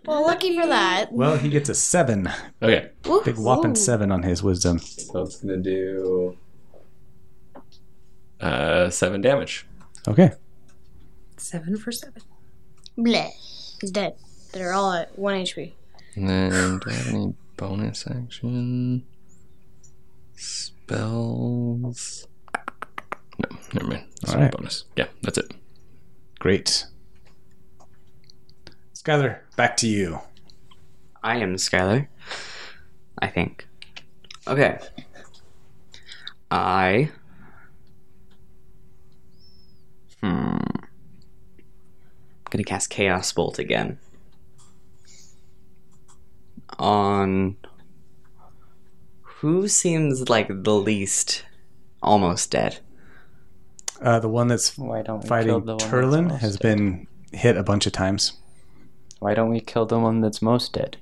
Speaker 4: Well, lucky for that.
Speaker 1: Well, he gets a seven.
Speaker 5: Okay.
Speaker 1: Big whopping seven on his wisdom.
Speaker 5: So it's gonna do uh seven damage.
Speaker 1: Okay.
Speaker 6: Seven for seven.
Speaker 4: Bleh. He's dead. They're all at 1 HP.
Speaker 5: And then do I have any bonus action spells? No, never mind. That's
Speaker 1: All
Speaker 5: not
Speaker 1: right.
Speaker 5: a bonus. Yeah, that's it.
Speaker 1: Great. Skylar, back to you.
Speaker 3: I am Skylar. I think. Okay. I. Hmm. I'm gonna cast Chaos Bolt again. On. Who seems like the least almost dead?
Speaker 1: Uh, the one that's
Speaker 2: Why don't we kill
Speaker 1: fighting
Speaker 2: the one that's
Speaker 1: Turlin
Speaker 2: most
Speaker 1: has
Speaker 2: dead?
Speaker 1: been hit a bunch of times.
Speaker 2: Why don't we kill the one that's most dead?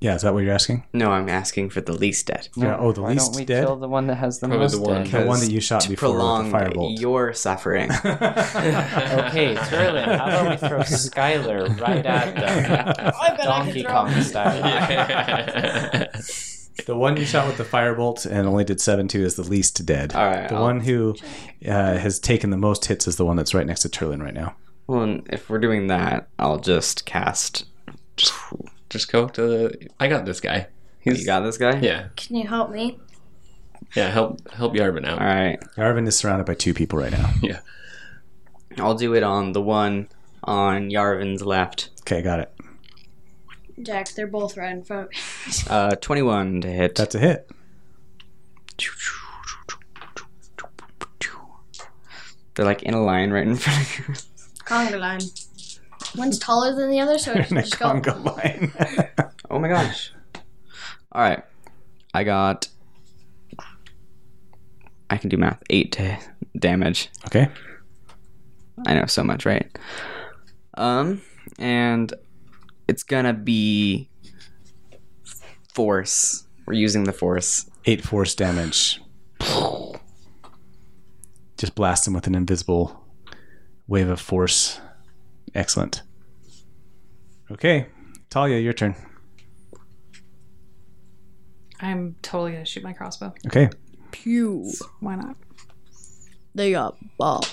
Speaker 1: Yeah, is that what you're asking?
Speaker 3: No, I'm asking for the least dead.
Speaker 1: Yeah, oh, the
Speaker 2: Why
Speaker 1: least
Speaker 2: don't we
Speaker 1: dead?
Speaker 2: kill the one that has the
Speaker 5: Probably
Speaker 2: most
Speaker 5: the one
Speaker 2: dead?
Speaker 1: The one
Speaker 3: Because
Speaker 1: that you shot
Speaker 3: to
Speaker 1: before with
Speaker 3: prolong
Speaker 1: the firebolt.
Speaker 3: your suffering.
Speaker 2: Okay, Turlin, how about we throw Skylar right at them? Donkey Kong style.
Speaker 1: the one you shot with the firebolt and only did seven to is the least dead.
Speaker 3: All right,
Speaker 1: The
Speaker 3: I'll-
Speaker 1: one who uh, has taken the most hits is the one that's right next to Turlin right now.
Speaker 3: Well, and if we're doing that, I'll just cast.
Speaker 5: Just go to the. I got this guy. He's
Speaker 3: You got this guy?
Speaker 5: Yeah,
Speaker 4: Can you help me?
Speaker 5: yeah. Help, help Yarvin out.
Speaker 3: All right.
Speaker 1: Arvin is surrounded by two people right now.
Speaker 5: Yeah.
Speaker 3: I'll do it on the one on Yarvin's left.
Speaker 1: Okay, got it.
Speaker 4: Jack, they're both right in front.
Speaker 3: Uh, 21 to hit.
Speaker 1: That's a hit.
Speaker 3: They're like in a line right in front of you.
Speaker 4: Conga line. One's taller than the other, so I
Speaker 1: In a
Speaker 4: just go.
Speaker 1: conga line.
Speaker 3: Oh my gosh. All right. I got. I can do math. 8 to damage.
Speaker 1: okay.
Speaker 3: I know so much, right? Um, and it's gonna be force. We're using the force.
Speaker 1: Eight force damage. Just blast him with an invisible wave of force. Excellent. Okay. Talia, your turn.
Speaker 6: I'm totally gonna shoot my crossbow.
Speaker 1: Okay.
Speaker 4: Pew.
Speaker 6: Why not?
Speaker 4: They got ball.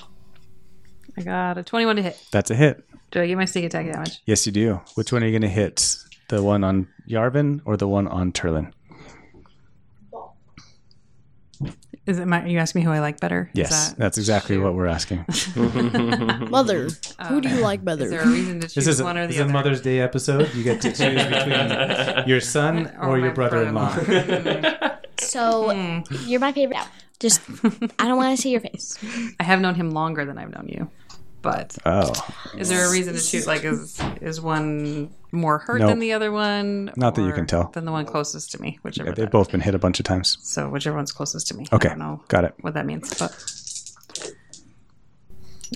Speaker 6: I got a 21 to hit.
Speaker 1: That's a hit.
Speaker 6: Do I get my sneak attack damage?
Speaker 1: Yes, you do. Which one are you going to hit? The one on Yarvin or the one on Turlin?
Speaker 6: Is it my? You asked me who I like better. Is
Speaker 1: Yes,
Speaker 6: that-
Speaker 1: that's exactly what we're asking.
Speaker 4: Mother. Who do you like
Speaker 6: is
Speaker 4: better?
Speaker 6: there a reason to choose
Speaker 1: This is a,
Speaker 6: one or
Speaker 1: this is
Speaker 6: the
Speaker 1: a
Speaker 6: other?
Speaker 1: Mother's Day episode. You get to choose between your son
Speaker 6: Or
Speaker 1: or,
Speaker 6: my
Speaker 1: your brother-in-law.
Speaker 6: Hmm.
Speaker 4: So, you're my favorite. now. Just, I don't want to see your face.
Speaker 6: I have known him longer than I've known you. But
Speaker 1: Oh,
Speaker 6: is there a reason to choose? Like, is is one more hurt
Speaker 1: Nope.
Speaker 6: than the other one?
Speaker 1: Not that you
Speaker 6: or
Speaker 1: can tell.
Speaker 6: Than the one closest to me, whichever.
Speaker 1: they've
Speaker 6: that-
Speaker 1: both been hit a bunch of times.
Speaker 6: so whichever one's closest to me. I
Speaker 1: Okay,
Speaker 6: don't know
Speaker 1: got it.
Speaker 6: what that means, but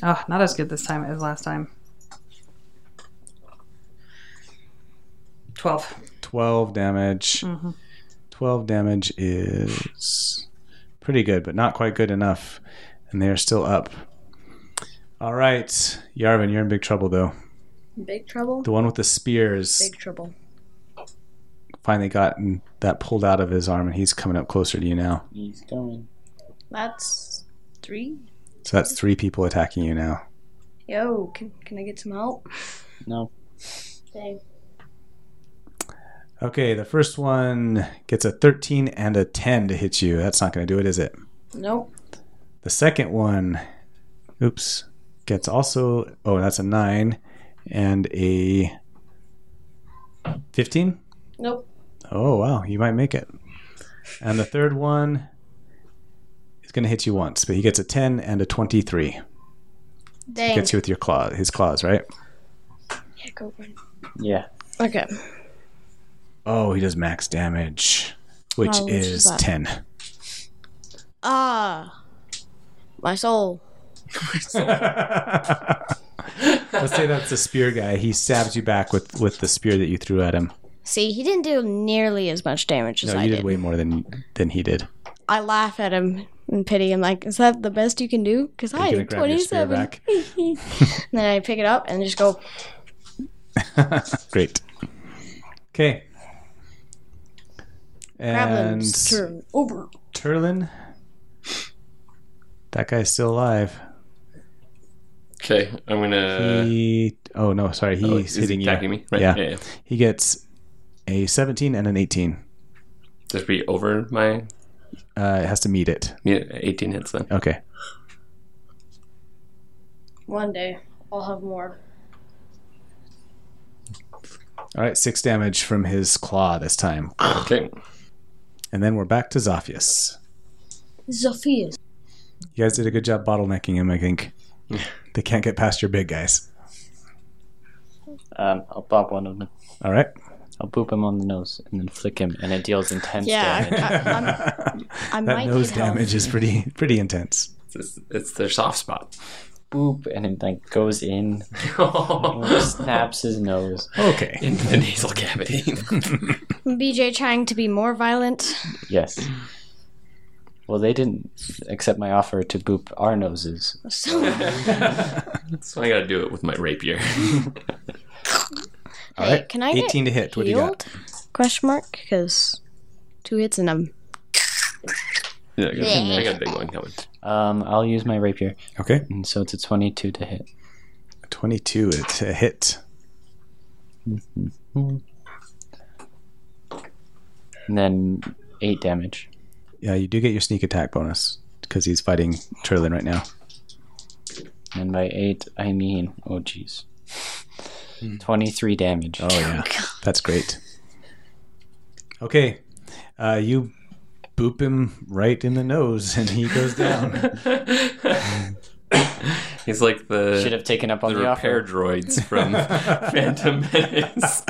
Speaker 6: oh, not as good this time as last time. Twelve.
Speaker 1: Twelve damage.
Speaker 6: Mm-hmm.
Speaker 1: Twelve damage is pretty good, but not quite good enough. And they are still up. All right, Yarvin, you're in big trouble though.
Speaker 4: Big trouble?
Speaker 1: The one with the spears
Speaker 4: Big trouble.
Speaker 1: finally gotten that pulled out of his arm, and he's coming up closer to you now.
Speaker 2: He's going.
Speaker 4: That's three.
Speaker 1: So that's three people attacking you now.
Speaker 4: Yo, can, can I get some help?
Speaker 2: No.
Speaker 4: Dang.
Speaker 1: Okay, the first one gets a 13 and a 10 to hit you. That's not going to do it, is it?
Speaker 4: Nope.
Speaker 1: The second one, oops, gets also, oh, that's a 9 and a 15.
Speaker 4: Nope.
Speaker 1: Oh, wow, you might make it. And the third one is going to hit you once, but he gets a 10 and a 23.
Speaker 4: Dang.
Speaker 1: Gets you with your claw, his claws, right?
Speaker 4: Yeah, go run.
Speaker 2: Yeah.
Speaker 4: Okay.
Speaker 1: Oh, he does max damage, which
Speaker 4: Oh, which is
Speaker 1: is
Speaker 4: that?
Speaker 1: 10.
Speaker 4: Ah. My soul.
Speaker 1: Let's say that's the spear guy. He stabs you back with with the spear that you threw at him.
Speaker 4: See, he didn't do nearly as much damage as
Speaker 1: No,
Speaker 4: I
Speaker 1: you
Speaker 4: did.
Speaker 1: did way more than than he did.
Speaker 4: I laugh at him in pity. I'm like, is that the best you can do? Because I
Speaker 1: Are you
Speaker 4: did
Speaker 1: gonna grab your spear
Speaker 4: 27.
Speaker 1: back?
Speaker 4: and then I pick it up and just go,
Speaker 1: Great. Okay. And
Speaker 4: Grablin's turn over.
Speaker 1: Turlin. That guy's still alive.
Speaker 5: Okay, I'm gonna.
Speaker 1: he. Oh no, sorry. He's
Speaker 5: Uh, oh, is he
Speaker 1: hitting you.
Speaker 5: attacking me. Right?
Speaker 1: Yeah.
Speaker 5: yeah.
Speaker 1: He gets a 17 and an 18.
Speaker 5: Does it be over my
Speaker 1: Uh, it has to meet it.
Speaker 5: yeah, 18 hits then?
Speaker 1: Okay.
Speaker 4: One day, I'll have more.
Speaker 1: All right, six damage from his claw this time,
Speaker 5: Okay.
Speaker 1: and then we're back to Zophius.
Speaker 4: Zophius.
Speaker 1: You guys did a good job bottlenecking him. I think they can't get past your big guys.
Speaker 2: Um, I'll pop one of them.
Speaker 1: All right.
Speaker 2: I'll boop him on the nose and then flick him, and it deals intense
Speaker 4: Yeah,
Speaker 2: damage.
Speaker 4: I, I, I
Speaker 1: That
Speaker 4: might
Speaker 1: nose
Speaker 4: need help.
Speaker 1: damage is pretty pretty intense.
Speaker 5: It's, it's their soft spot.
Speaker 2: Boop, and it like goes in, snaps his nose.
Speaker 1: Okay.
Speaker 5: Into the nasal cavity.
Speaker 4: BJ trying to be more violent.
Speaker 2: Yes. Well, they didn't accept my offer to boop our noses.
Speaker 4: So,
Speaker 5: so I gotta do it with my rapier.
Speaker 1: All
Speaker 4: hey,
Speaker 1: right.
Speaker 4: can I get
Speaker 1: 18 to hit. What do you got?
Speaker 4: healed? Question mark? Because two hits and I'm.
Speaker 5: yeah, I, got, I got a big one coming.
Speaker 2: Um, I'll use my rapier,
Speaker 1: Okay.
Speaker 2: and so it's a twenty-two to hit.
Speaker 1: 22. It's a hit.
Speaker 2: and then eight damage.
Speaker 1: Yeah, you do get your sneak attack bonus because he's fighting Turlin right now.
Speaker 2: And by eight, I mean, oh jeez, twenty-three damage.
Speaker 1: Hmm. Oh yeah, that's great. Okay, uh, you boop him right in the nose, and he goes down.
Speaker 5: He's like the,
Speaker 2: Should have taken up on
Speaker 5: the
Speaker 2: the,
Speaker 5: repair
Speaker 2: offer.
Speaker 5: droids from Phantom Menace.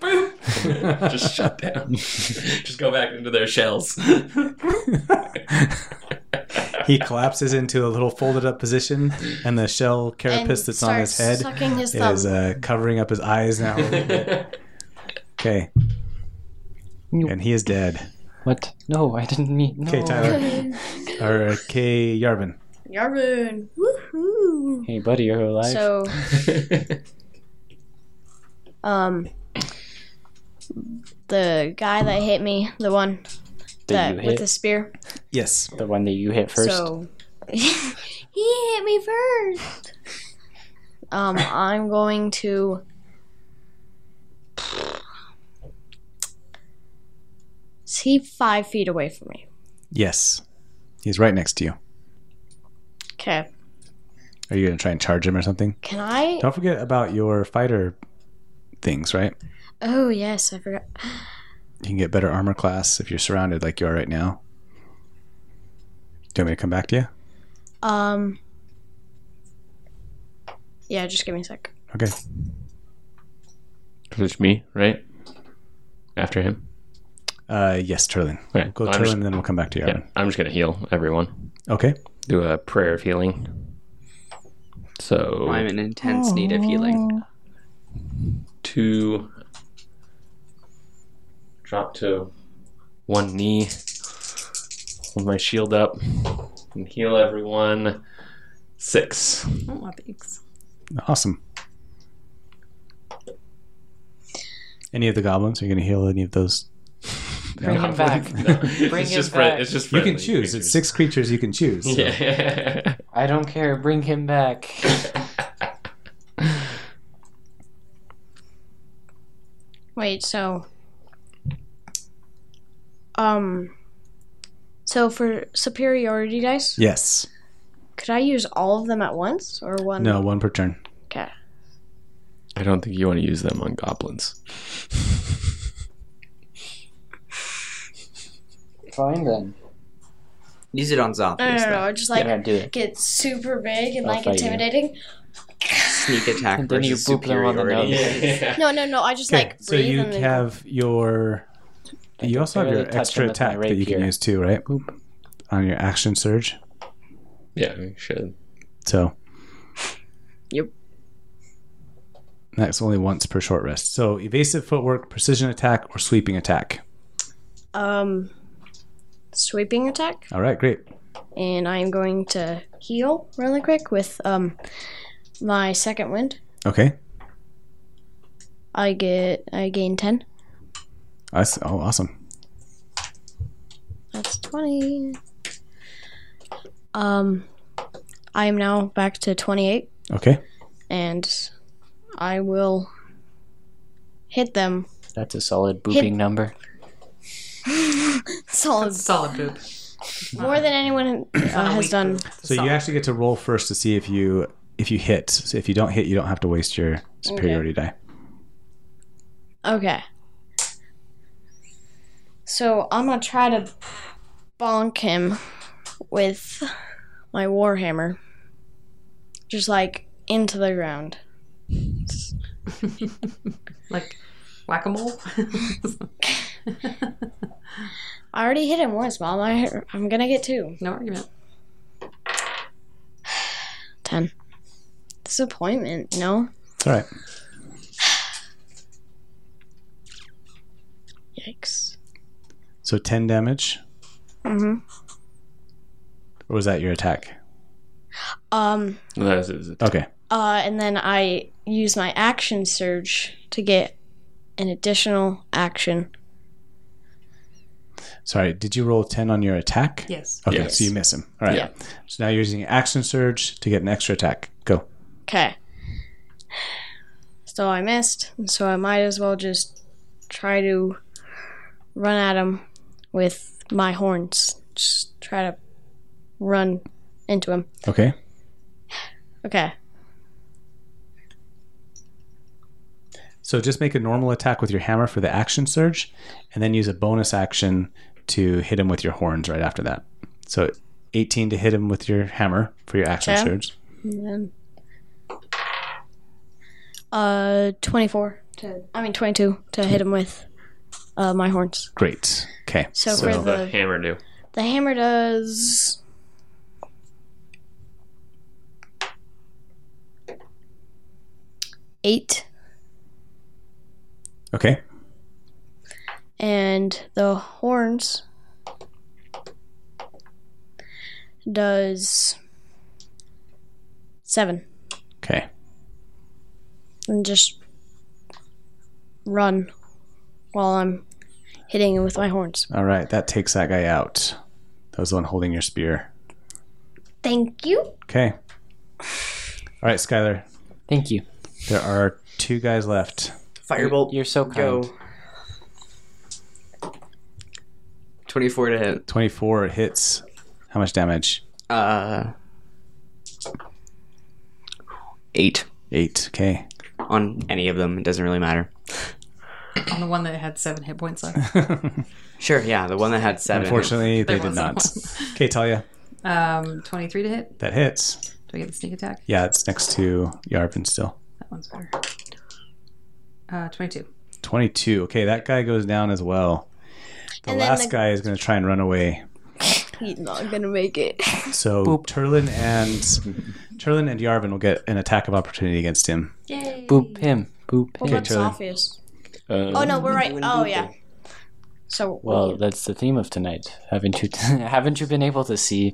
Speaker 5: Boop. Just shut down. Just go back into their shells.
Speaker 1: he collapses into a little folded-up position, and the shell carapace that's on his
Speaker 4: starts
Speaker 1: head
Speaker 4: Sucking his thumb.
Speaker 1: is uh, covering up his eyes now. a little bit. okay, and he is dead.
Speaker 2: What? No, I didn't mean. No.
Speaker 4: Oh.
Speaker 1: Okay, Tyler, or uh, K. Yarvin.
Speaker 4: Yarun. Woohoo.
Speaker 2: Hey, buddy, you're alive.
Speaker 4: So, um, the guy that hit me, the one
Speaker 2: that
Speaker 4: that
Speaker 2: you
Speaker 4: with
Speaker 2: hit,
Speaker 4: the spear.
Speaker 1: Yes.
Speaker 2: the one that you hit first.
Speaker 4: So, he hit me first. Um, I'm going to. Is he five feet away from me?
Speaker 1: Yes. He's right next to you.
Speaker 4: Okay.
Speaker 1: Are you gonna try and charge him or something?
Speaker 4: Can I?
Speaker 1: Don't forget about your fighter things, right?
Speaker 4: Oh yes, I forgot.
Speaker 1: You can get better armor class if you're surrounded like you are right now. Do you want me to come back to you?
Speaker 4: Um. Yeah, just give me a sec.
Speaker 1: Okay.
Speaker 5: It's me, right? After him.
Speaker 1: Uh, yes, Turlin.
Speaker 5: Okay.
Speaker 1: Go
Speaker 5: I'm
Speaker 1: Turlin,
Speaker 5: just-
Speaker 1: and then we'll come back to you.
Speaker 5: Yeah, I'm just gonna heal everyone.
Speaker 1: Okay.
Speaker 5: Do a prayer of healing. So
Speaker 2: Oh.
Speaker 3: I'm in intense need of healing.
Speaker 5: two drop to one knee hold my shield up and heal everyone six
Speaker 6: Oh, thanks.
Speaker 1: Awesome. Any of the goblins? Are you going to heal any of those?
Speaker 2: Bring him back. Bring
Speaker 5: it's
Speaker 2: him
Speaker 5: just
Speaker 2: back.
Speaker 5: it's just
Speaker 1: You can
Speaker 5: friendly
Speaker 1: choose. It's
Speaker 5: creatures.
Speaker 1: six creatures you can choose. so-
Speaker 5: yeah
Speaker 2: I don't care. Bring him back.
Speaker 4: Wait, so um so for superiority dice,
Speaker 1: Yes.
Speaker 4: could I use all of them at once or one?
Speaker 1: No, one per turn.
Speaker 4: Okay.
Speaker 5: i don't think you want to use them on goblins
Speaker 2: Fine then.
Speaker 3: Use it on zombies.
Speaker 4: No, no, no,
Speaker 3: though.
Speaker 4: no. Just like
Speaker 2: yeah, do it.
Speaker 4: get super big and
Speaker 2: I'll
Speaker 4: like
Speaker 2: fight you.
Speaker 4: intimidating.
Speaker 3: Sneak attack
Speaker 2: And then you
Speaker 3: versus
Speaker 2: boop them on the
Speaker 3: superiority.
Speaker 2: nose.
Speaker 4: No, no, no. I just like
Speaker 1: so
Speaker 4: breathe
Speaker 1: you
Speaker 4: and then-
Speaker 1: have your. You also have
Speaker 2: barely
Speaker 1: your
Speaker 2: touch
Speaker 1: extra
Speaker 2: him with my
Speaker 1: attack that you can
Speaker 2: rapier.
Speaker 1: use too, right? On your action surge.
Speaker 5: yeah you should
Speaker 1: So.
Speaker 3: Yep.
Speaker 1: That's only once per short rest. So evasive footwork, precision attack, or sweeping attack.
Speaker 4: Um, sweeping attack,
Speaker 1: All right, great.
Speaker 4: and I am going to heal really quick with um my second wind.
Speaker 1: Okay.
Speaker 4: I get I gain ten.
Speaker 1: That's, oh, awesome.
Speaker 4: That's twenty. Um, I am now back to twenty-eight.
Speaker 1: Okay.
Speaker 4: and I will hit them.
Speaker 2: That's a solid booping number.
Speaker 4: Solid.
Speaker 6: Solid boop.
Speaker 4: More than anyone uh, has done.
Speaker 1: So you actually get to roll first to see if you if you hit. So if you don't hit, you don't have to waste your superiority die.
Speaker 4: Okay. So I'm going to try to bonk him with my warhammer. Just like into the ground.
Speaker 6: like whack a mole.
Speaker 4: I already hit him once, Mom. I, I'm going to get two.
Speaker 6: no argument.
Speaker 4: Ten. Disappointment, no?
Speaker 1: It's all right.
Speaker 4: Yikes.
Speaker 1: So ten damage,
Speaker 4: hmm
Speaker 1: or was that your attack?
Speaker 4: Um,
Speaker 5: That is- is it.
Speaker 1: Okay.
Speaker 4: Uh, and then I use my action surge to get an additional action.
Speaker 1: Sorry. Did you roll ten on your attack?
Speaker 6: Yes.
Speaker 1: Okay.
Speaker 5: Yes.
Speaker 1: So you miss him. All right.
Speaker 5: Yeah.
Speaker 1: So now you're using action surge to get an extra attack. Go.
Speaker 4: Okay. So I missed, so I might as well just try to run at him with my horns. Just try to run into him.
Speaker 1: Okay.
Speaker 4: Okay.
Speaker 1: So just make a normal attack with your hammer for the action surge, and then use a bonus action to hit him with your horns right after that. So 18 to hit him with your hammer for your action
Speaker 4: Okay.
Speaker 1: surge.
Speaker 4: And then. Uh, 24. To, I mean, 22 to hit him with uh, my horns.
Speaker 1: Great. Okay.
Speaker 4: So,
Speaker 5: What
Speaker 4: for
Speaker 5: does the
Speaker 4: the
Speaker 5: hammer do?
Speaker 4: The hammer does. Eight.
Speaker 1: okay.
Speaker 4: And the horns does. Seven.
Speaker 1: Okay.
Speaker 4: And just run while I'm hitting it with my horns.
Speaker 1: All right. That takes that guy out. That was the one holding your spear.
Speaker 4: Thank you.
Speaker 1: Okay. All right, Skylar.
Speaker 2: Thank you.
Speaker 1: There are two guys left.
Speaker 3: Firebolt.
Speaker 2: You're so kind.
Speaker 3: Go. 24 to hit.
Speaker 1: 24 hits. How much damage?
Speaker 3: Uh. 8
Speaker 1: Eight. Okay.
Speaker 3: on any of them. It doesn't really matter.
Speaker 6: On the one that had seven hit points left.
Speaker 3: Sure, yeah, the one that had 7.
Speaker 1: Unfortunately, they
Speaker 6: There
Speaker 1: did not.
Speaker 6: wasn't
Speaker 1: Okay, Talia.
Speaker 6: Um, twenty-three to hit.
Speaker 1: That hits.
Speaker 6: Do I get the sneak attack?
Speaker 1: Yeah, it's next to Yarvin still.
Speaker 6: That one's better. Uh, twenty-two.
Speaker 1: 22. Okay, that guy goes down as well. The
Speaker 4: And then
Speaker 1: last
Speaker 4: the-
Speaker 1: guy is going to try and run away.
Speaker 4: He's not gonna make it.
Speaker 1: So Turlin and Turlin and Yarvin will get an attack of opportunity against him.
Speaker 6: Yay.
Speaker 2: Boop him. Boop
Speaker 4: Well,
Speaker 2: him.
Speaker 4: that's
Speaker 1: Taylor.
Speaker 4: obvious.
Speaker 5: Uh,
Speaker 4: Oh no, we're right. Oh yeah. So
Speaker 2: Well, that's the theme of tonight. Haven't you? haven't you been able to see?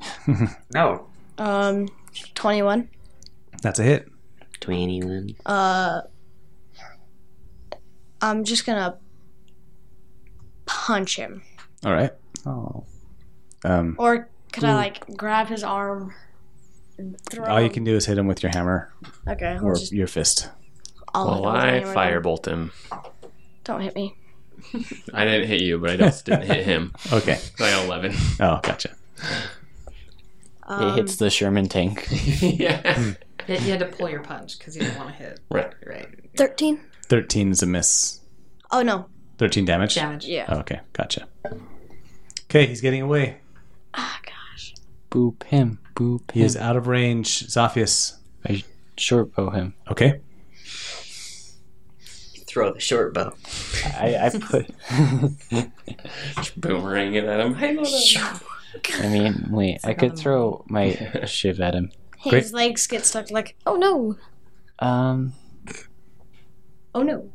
Speaker 3: No.
Speaker 4: Um, 21.
Speaker 1: That's a hit.
Speaker 3: 21.
Speaker 4: Uh, I'm just gonna punch him.
Speaker 1: All right. Oh. Um,
Speaker 4: Or could I like grab his arm and throw?
Speaker 1: all Oh, you
Speaker 2: um,
Speaker 4: him?
Speaker 1: can do is hit him with your hammer
Speaker 4: Okay. I'll
Speaker 1: or
Speaker 4: just,
Speaker 1: your fist.
Speaker 4: I'll
Speaker 5: Well,
Speaker 4: hit him with my
Speaker 5: I
Speaker 4: hammer then.
Speaker 5: firebolt him.
Speaker 4: Don't hit me.
Speaker 5: I didn't hit you, but I just didn't hit him.
Speaker 1: Okay.
Speaker 5: I got 11.
Speaker 1: Oh, gotcha.
Speaker 4: Um,
Speaker 2: it hits the Sherman tank.
Speaker 5: yeah.
Speaker 6: You you had to pull your punch because you didn't want to hit.
Speaker 5: Right.
Speaker 6: Right.
Speaker 4: 13.
Speaker 1: 13 is a miss.
Speaker 4: Oh no.
Speaker 1: 13 damage.
Speaker 6: Damage.
Speaker 4: Yeah.
Speaker 1: Oh, okay, gotcha. Okay, he's getting away.
Speaker 4: Ah, gosh.
Speaker 2: Boop him. Boop
Speaker 1: He
Speaker 2: him.
Speaker 1: is out of range. Zophius.
Speaker 2: I short bow him.
Speaker 1: Okay.
Speaker 3: Throw the short bow.
Speaker 2: I, I put.
Speaker 5: Boomerang it at him.
Speaker 2: I mean, wait. I could throw my shiv at him.
Speaker 4: His legs get stuck. Like, oh no.
Speaker 2: Um,
Speaker 4: Oh no.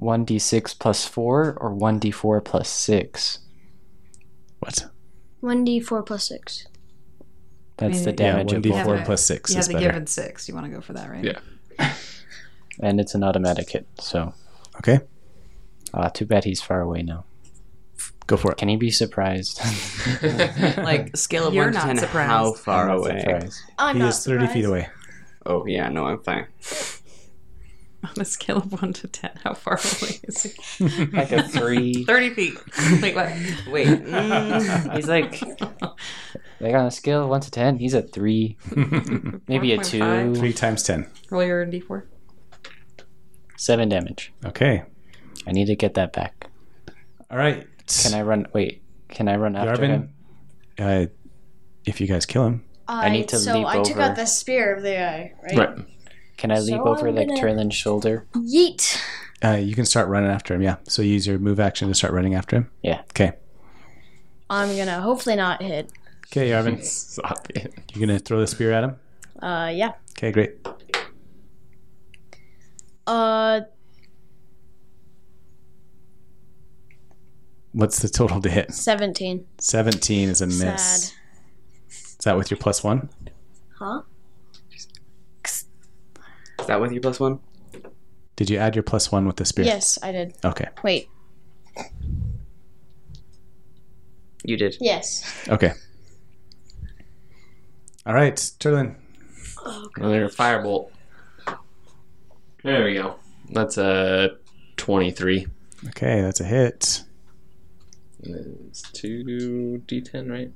Speaker 2: 1d6 plus 4 or 1d4 plus 6?
Speaker 1: What?
Speaker 4: 1d4 plus 6.
Speaker 2: That's
Speaker 6: mean,
Speaker 2: the
Speaker 6: yeah,
Speaker 2: damage
Speaker 1: yeah, one
Speaker 2: of both.
Speaker 1: d
Speaker 6: Yeah,
Speaker 1: four
Speaker 6: but-
Speaker 1: plus six
Speaker 6: You
Speaker 1: is
Speaker 6: have the
Speaker 1: better.
Speaker 6: given six. You want to go for that, right?
Speaker 5: Yeah.
Speaker 2: And it's an automatic hit, so.
Speaker 1: Okay,
Speaker 2: Ah, too bad he's far away now.
Speaker 1: go for it.
Speaker 2: Can he be surprised?
Speaker 3: Like scale of
Speaker 6: You're
Speaker 3: one to
Speaker 6: not
Speaker 3: ten,
Speaker 6: surprised.
Speaker 3: how far
Speaker 2: I'm not
Speaker 3: away?
Speaker 2: surprised.
Speaker 4: I'm
Speaker 1: He
Speaker 4: not
Speaker 1: is thirty feet
Speaker 4: surprised.
Speaker 1: away.
Speaker 3: Oh yeah, no, I'm fine.
Speaker 6: On a scale of one to ten, how far away is he?
Speaker 2: Like a 3.
Speaker 6: Thirty feet. Wait, what?
Speaker 3: Wait, mm, he's like
Speaker 2: Like on a scale of 1 to 10, he's a 3. Maybe a
Speaker 6: 1.5.
Speaker 2: 2.
Speaker 1: Three times ten.
Speaker 6: Roll your D four.
Speaker 2: 7 damage.
Speaker 1: Okay.
Speaker 2: I need to get that back.
Speaker 1: All right.
Speaker 2: Can I run? Wait, can I run after
Speaker 1: Yarvin?
Speaker 2: him?
Speaker 1: Uh, if you guys kill him,
Speaker 4: I,
Speaker 2: need to
Speaker 4: so
Speaker 2: leap
Speaker 4: I took
Speaker 2: over.
Speaker 4: out the spear of the eye, right?
Speaker 5: right.
Speaker 2: Can I leap
Speaker 4: So
Speaker 2: over
Speaker 4: I'm
Speaker 2: like
Speaker 4: gonna-
Speaker 2: Turlin's shoulder?
Speaker 4: Yeet.
Speaker 1: uh, you can start running after him. Yeah. So use your move action to start running after him.
Speaker 2: Yeah.
Speaker 1: Okay.
Speaker 4: I'm gonna hopefully not hit.
Speaker 1: Okay, Yarvin,
Speaker 5: Stop it.
Speaker 1: you're gonna throw the spear at him.
Speaker 4: Uh, yeah.
Speaker 1: Okay, great.
Speaker 4: Uh,
Speaker 1: What's the total to hit?
Speaker 4: 17.
Speaker 1: Seventeen is a miss.
Speaker 4: Sad.
Speaker 1: Is that with your plus one?
Speaker 4: Huh?
Speaker 3: Is that with you plus one?
Speaker 1: Did you add your plus one with the spear?
Speaker 4: Yes, I did.
Speaker 1: Okay.
Speaker 4: Wait.
Speaker 3: You did.
Speaker 4: Yes.
Speaker 1: Okay. All right, Turlin.
Speaker 5: Another firebolt. There we go. That's a twenty-three.
Speaker 1: Okay, that's a hit.
Speaker 5: And It's two d10, right?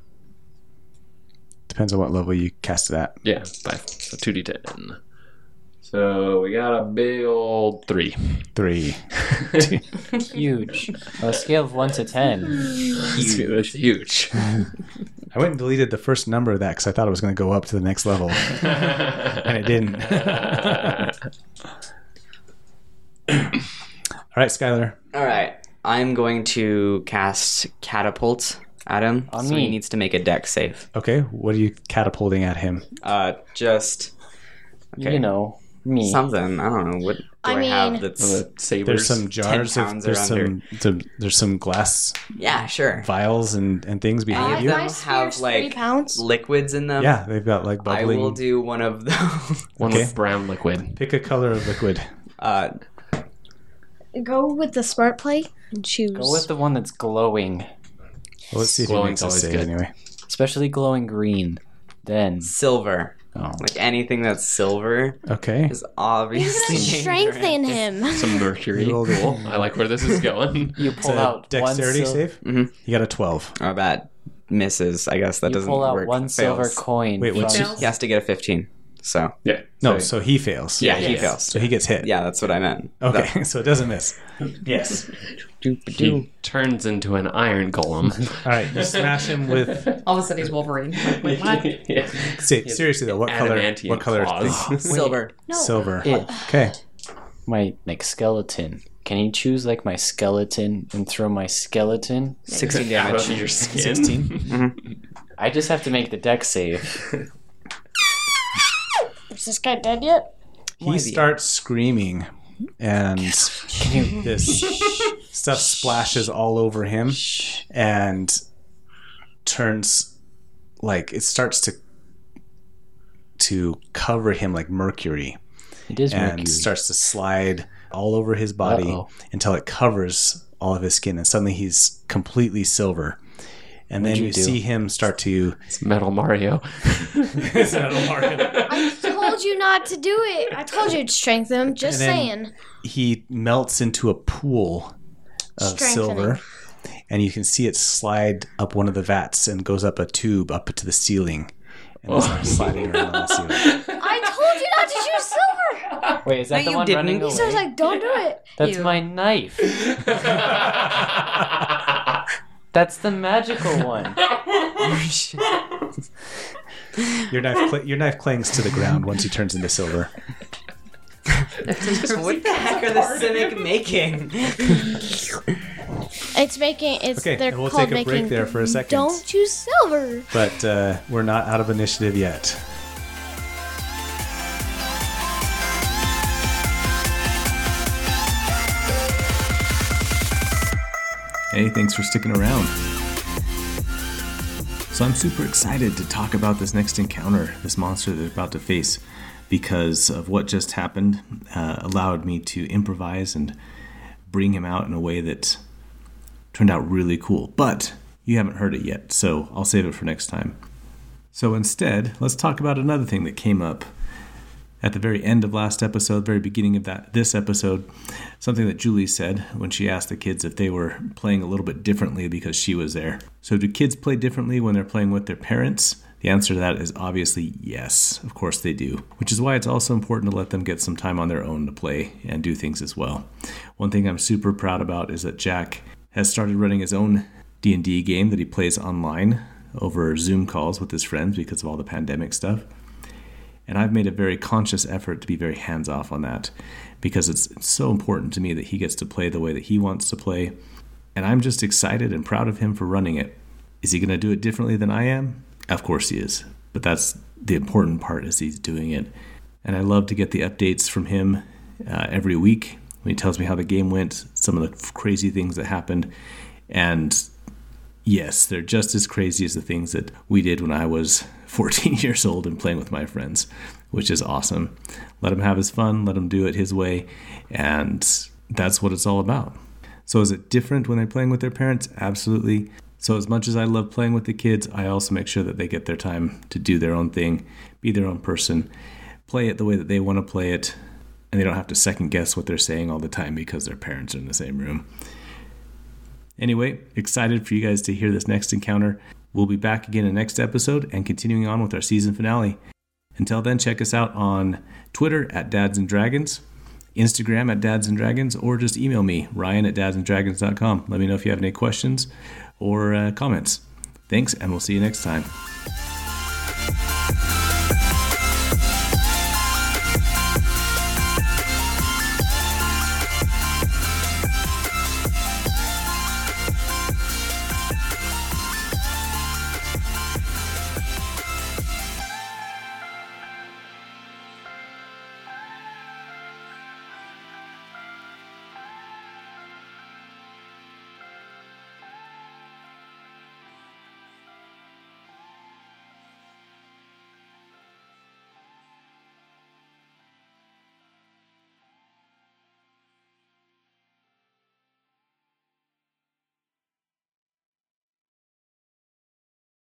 Speaker 1: Depends on what level you cast it at.
Speaker 5: Yeah, five. So two d10. So we got a big old three.
Speaker 1: Three.
Speaker 2: Huge. on a scale of 1 to 10.
Speaker 5: That's huge.
Speaker 1: I went and deleted the first number of that because I thought it was going to go up to the next level, and it didn't. All right, Skylar.
Speaker 3: All right, I'm going to cast catapult at him.
Speaker 2: On
Speaker 3: so
Speaker 2: me.
Speaker 3: he needs to make a deck save.
Speaker 1: Okay, what are you catapulting at him?
Speaker 3: Uh, just Okay.
Speaker 2: You know, me.
Speaker 3: something. I don't know what do
Speaker 4: I
Speaker 3: I,
Speaker 4: mean-
Speaker 3: have that's.
Speaker 5: the sabers.
Speaker 1: There's some jars. Of,
Speaker 3: pounds
Speaker 1: there's
Speaker 3: around
Speaker 1: some, some. There's some glass
Speaker 3: Yeah, sure.
Speaker 1: vials and and things behind
Speaker 3: Any of
Speaker 1: you.
Speaker 3: them have, like,
Speaker 4: pounds.
Speaker 3: Liquids in them.
Speaker 1: Yeah, they've got like
Speaker 3: I
Speaker 1: bubbling.
Speaker 3: will do one of those.
Speaker 5: one
Speaker 1: Okay.
Speaker 5: with brown liquid.
Speaker 1: Pick a color of liquid.
Speaker 3: Uh,
Speaker 4: Go with the smart play and choose.
Speaker 2: Go with the one that's glowing,
Speaker 1: Well, let's see if
Speaker 5: Glowing's
Speaker 1: he makes a
Speaker 5: always
Speaker 1: save
Speaker 5: good.
Speaker 1: anyway.
Speaker 2: especially glowing green. Then.
Speaker 3: silver.
Speaker 1: Oh,
Speaker 3: Like anything that's silver
Speaker 1: okay.
Speaker 3: is obviously.
Speaker 4: You're gonna strengthen him.
Speaker 5: Some mercury.
Speaker 1: Rolled it.
Speaker 5: Cool. I like where this is going.
Speaker 2: You
Speaker 1: It's
Speaker 2: pull
Speaker 1: a
Speaker 2: out
Speaker 1: dexterity
Speaker 2: one sil-
Speaker 1: save.
Speaker 3: Mhm.
Speaker 1: You got a twelve.
Speaker 3: Oh, that misses. I guess that
Speaker 2: you
Speaker 3: doesn't
Speaker 2: pull out
Speaker 3: work.
Speaker 2: one
Speaker 3: It
Speaker 2: silver
Speaker 3: fails.
Speaker 2: coin.
Speaker 1: Wait, what's
Speaker 2: from-
Speaker 6: fails?
Speaker 3: He has to get a 15. So,
Speaker 5: Yeah.
Speaker 1: No, so he fails.
Speaker 5: yeah,
Speaker 3: he
Speaker 5: he
Speaker 3: fails.
Speaker 1: So he gets hit.
Speaker 3: yeah, that's what I meant.
Speaker 1: Okay, so it doesn't miss. Yes.
Speaker 5: He turns into an iron golem.
Speaker 1: All right, you smash him with.
Speaker 6: All of a sudden he's Wolverine. Wait, what?
Speaker 5: yeah.
Speaker 1: See, seriously though, what color?
Speaker 5: Adamantium
Speaker 1: What color?
Speaker 5: claws.
Speaker 1: thing?
Speaker 3: Silver.
Speaker 4: No.
Speaker 1: Silver.
Speaker 2: It-
Speaker 1: Okay.
Speaker 2: my like skeleton. Can you choose like my skeleton and throw my skeleton?
Speaker 3: 16
Speaker 5: Out
Speaker 3: damage.
Speaker 5: of your skin.
Speaker 1: 16.
Speaker 2: I just have to make the deck save.
Speaker 4: Is this guy dead yet?
Speaker 1: He starts screaming, and this stuff splashes all over him, and turns like it starts to to cover him like mercury.
Speaker 2: It is
Speaker 1: and
Speaker 2: Mercury.
Speaker 1: starts to slide all over his body
Speaker 2: Uh-oh.
Speaker 1: until it covers all of his skin, and suddenly he's completely silver. And then
Speaker 2: What'd
Speaker 1: you,
Speaker 2: you do?
Speaker 1: see him start to.
Speaker 5: It's Metal Mario.
Speaker 4: I told you not to do it. I told you to strengthen him. Just
Speaker 1: And then-
Speaker 4: saying.
Speaker 1: He melts into a pool of
Speaker 4: Strengthening.
Speaker 1: silver, and you can see it slide up one of the vats and goes up a tube up to the ceiling, and it starts sliding around on the ceiling.
Speaker 4: I told you not to choose silver.
Speaker 2: Wait, is that the
Speaker 3: you
Speaker 2: one running
Speaker 3: didn't.
Speaker 2: away?
Speaker 4: So I was like, don't do it.
Speaker 2: That's
Speaker 6: You.
Speaker 2: my knife. That's the magical one.
Speaker 1: Your knife, cl- your knife clings to the ground once he turns into silver.
Speaker 3: what the heck are the Cynic making?
Speaker 4: It's making. It's
Speaker 1: Okay,
Speaker 4: they're
Speaker 1: and we'll
Speaker 4: called
Speaker 1: take a break
Speaker 4: making.
Speaker 1: there for a second.
Speaker 4: Don't choose silver.
Speaker 1: But uh, we're not out of initiative yet. Hey, thanks for sticking around. So I'm super excited to talk about this next encounter, this monster they're about to face, because of what just happened uh, allowed me to improvise and bring him out in a way that turned out really cool. But you haven't heard it yet, so I'll save it for next time. So instead, let's talk about another thing that came up at the very end of last episode, very beginning of that this episode, something that Julie said when she asked the kids if they were playing a little bit differently because she was there. So do kids play differently when they're playing with their parents? The answer to that is obviously yes. Of course they do, which is why it's also important to let them get some time on their own to play and do things as well. One thing I'm super proud about is that Jack has started running his own D&D game that he plays online over Zoom calls with his friends because of all the pandemic stuff and I've made a very conscious effort to be very hands off on that because it's so important to me that he gets to play the way that he wants to play. And I'm just excited and proud of him for running it. Is he going to do it differently than I am? Of course he is. But that's the important part is he's doing it. And I love to get the updates from him uh, every week when he tells me how the game went, some of the crazy things that happened. And yes, they're just as crazy as the things that we did when I was 14 years old and playing with my friends, which is awesome. Let him have his fun, let him do it his way, and that's what it's all about. So, is it different when they're playing with their parents? Absolutely. So, as much as I love playing with the kids, I also make sure that they get their time to do their own thing, be their own person, play it the way that they want to play it, and they don't have to second guess what they're saying all the time because their parents are in the same room. Anyway, excited for you guys to hear this next encounter. We'll be back again in the next episode and continuing on with our season finale. Until then, check us out on Twitter at Dads and Dragons, Instagram at Dads and Dragons, or just email me, Ryan at dadsanddragons.com. Let me know if you have any questions or uh, comments. Thanks, and we'll see you next time.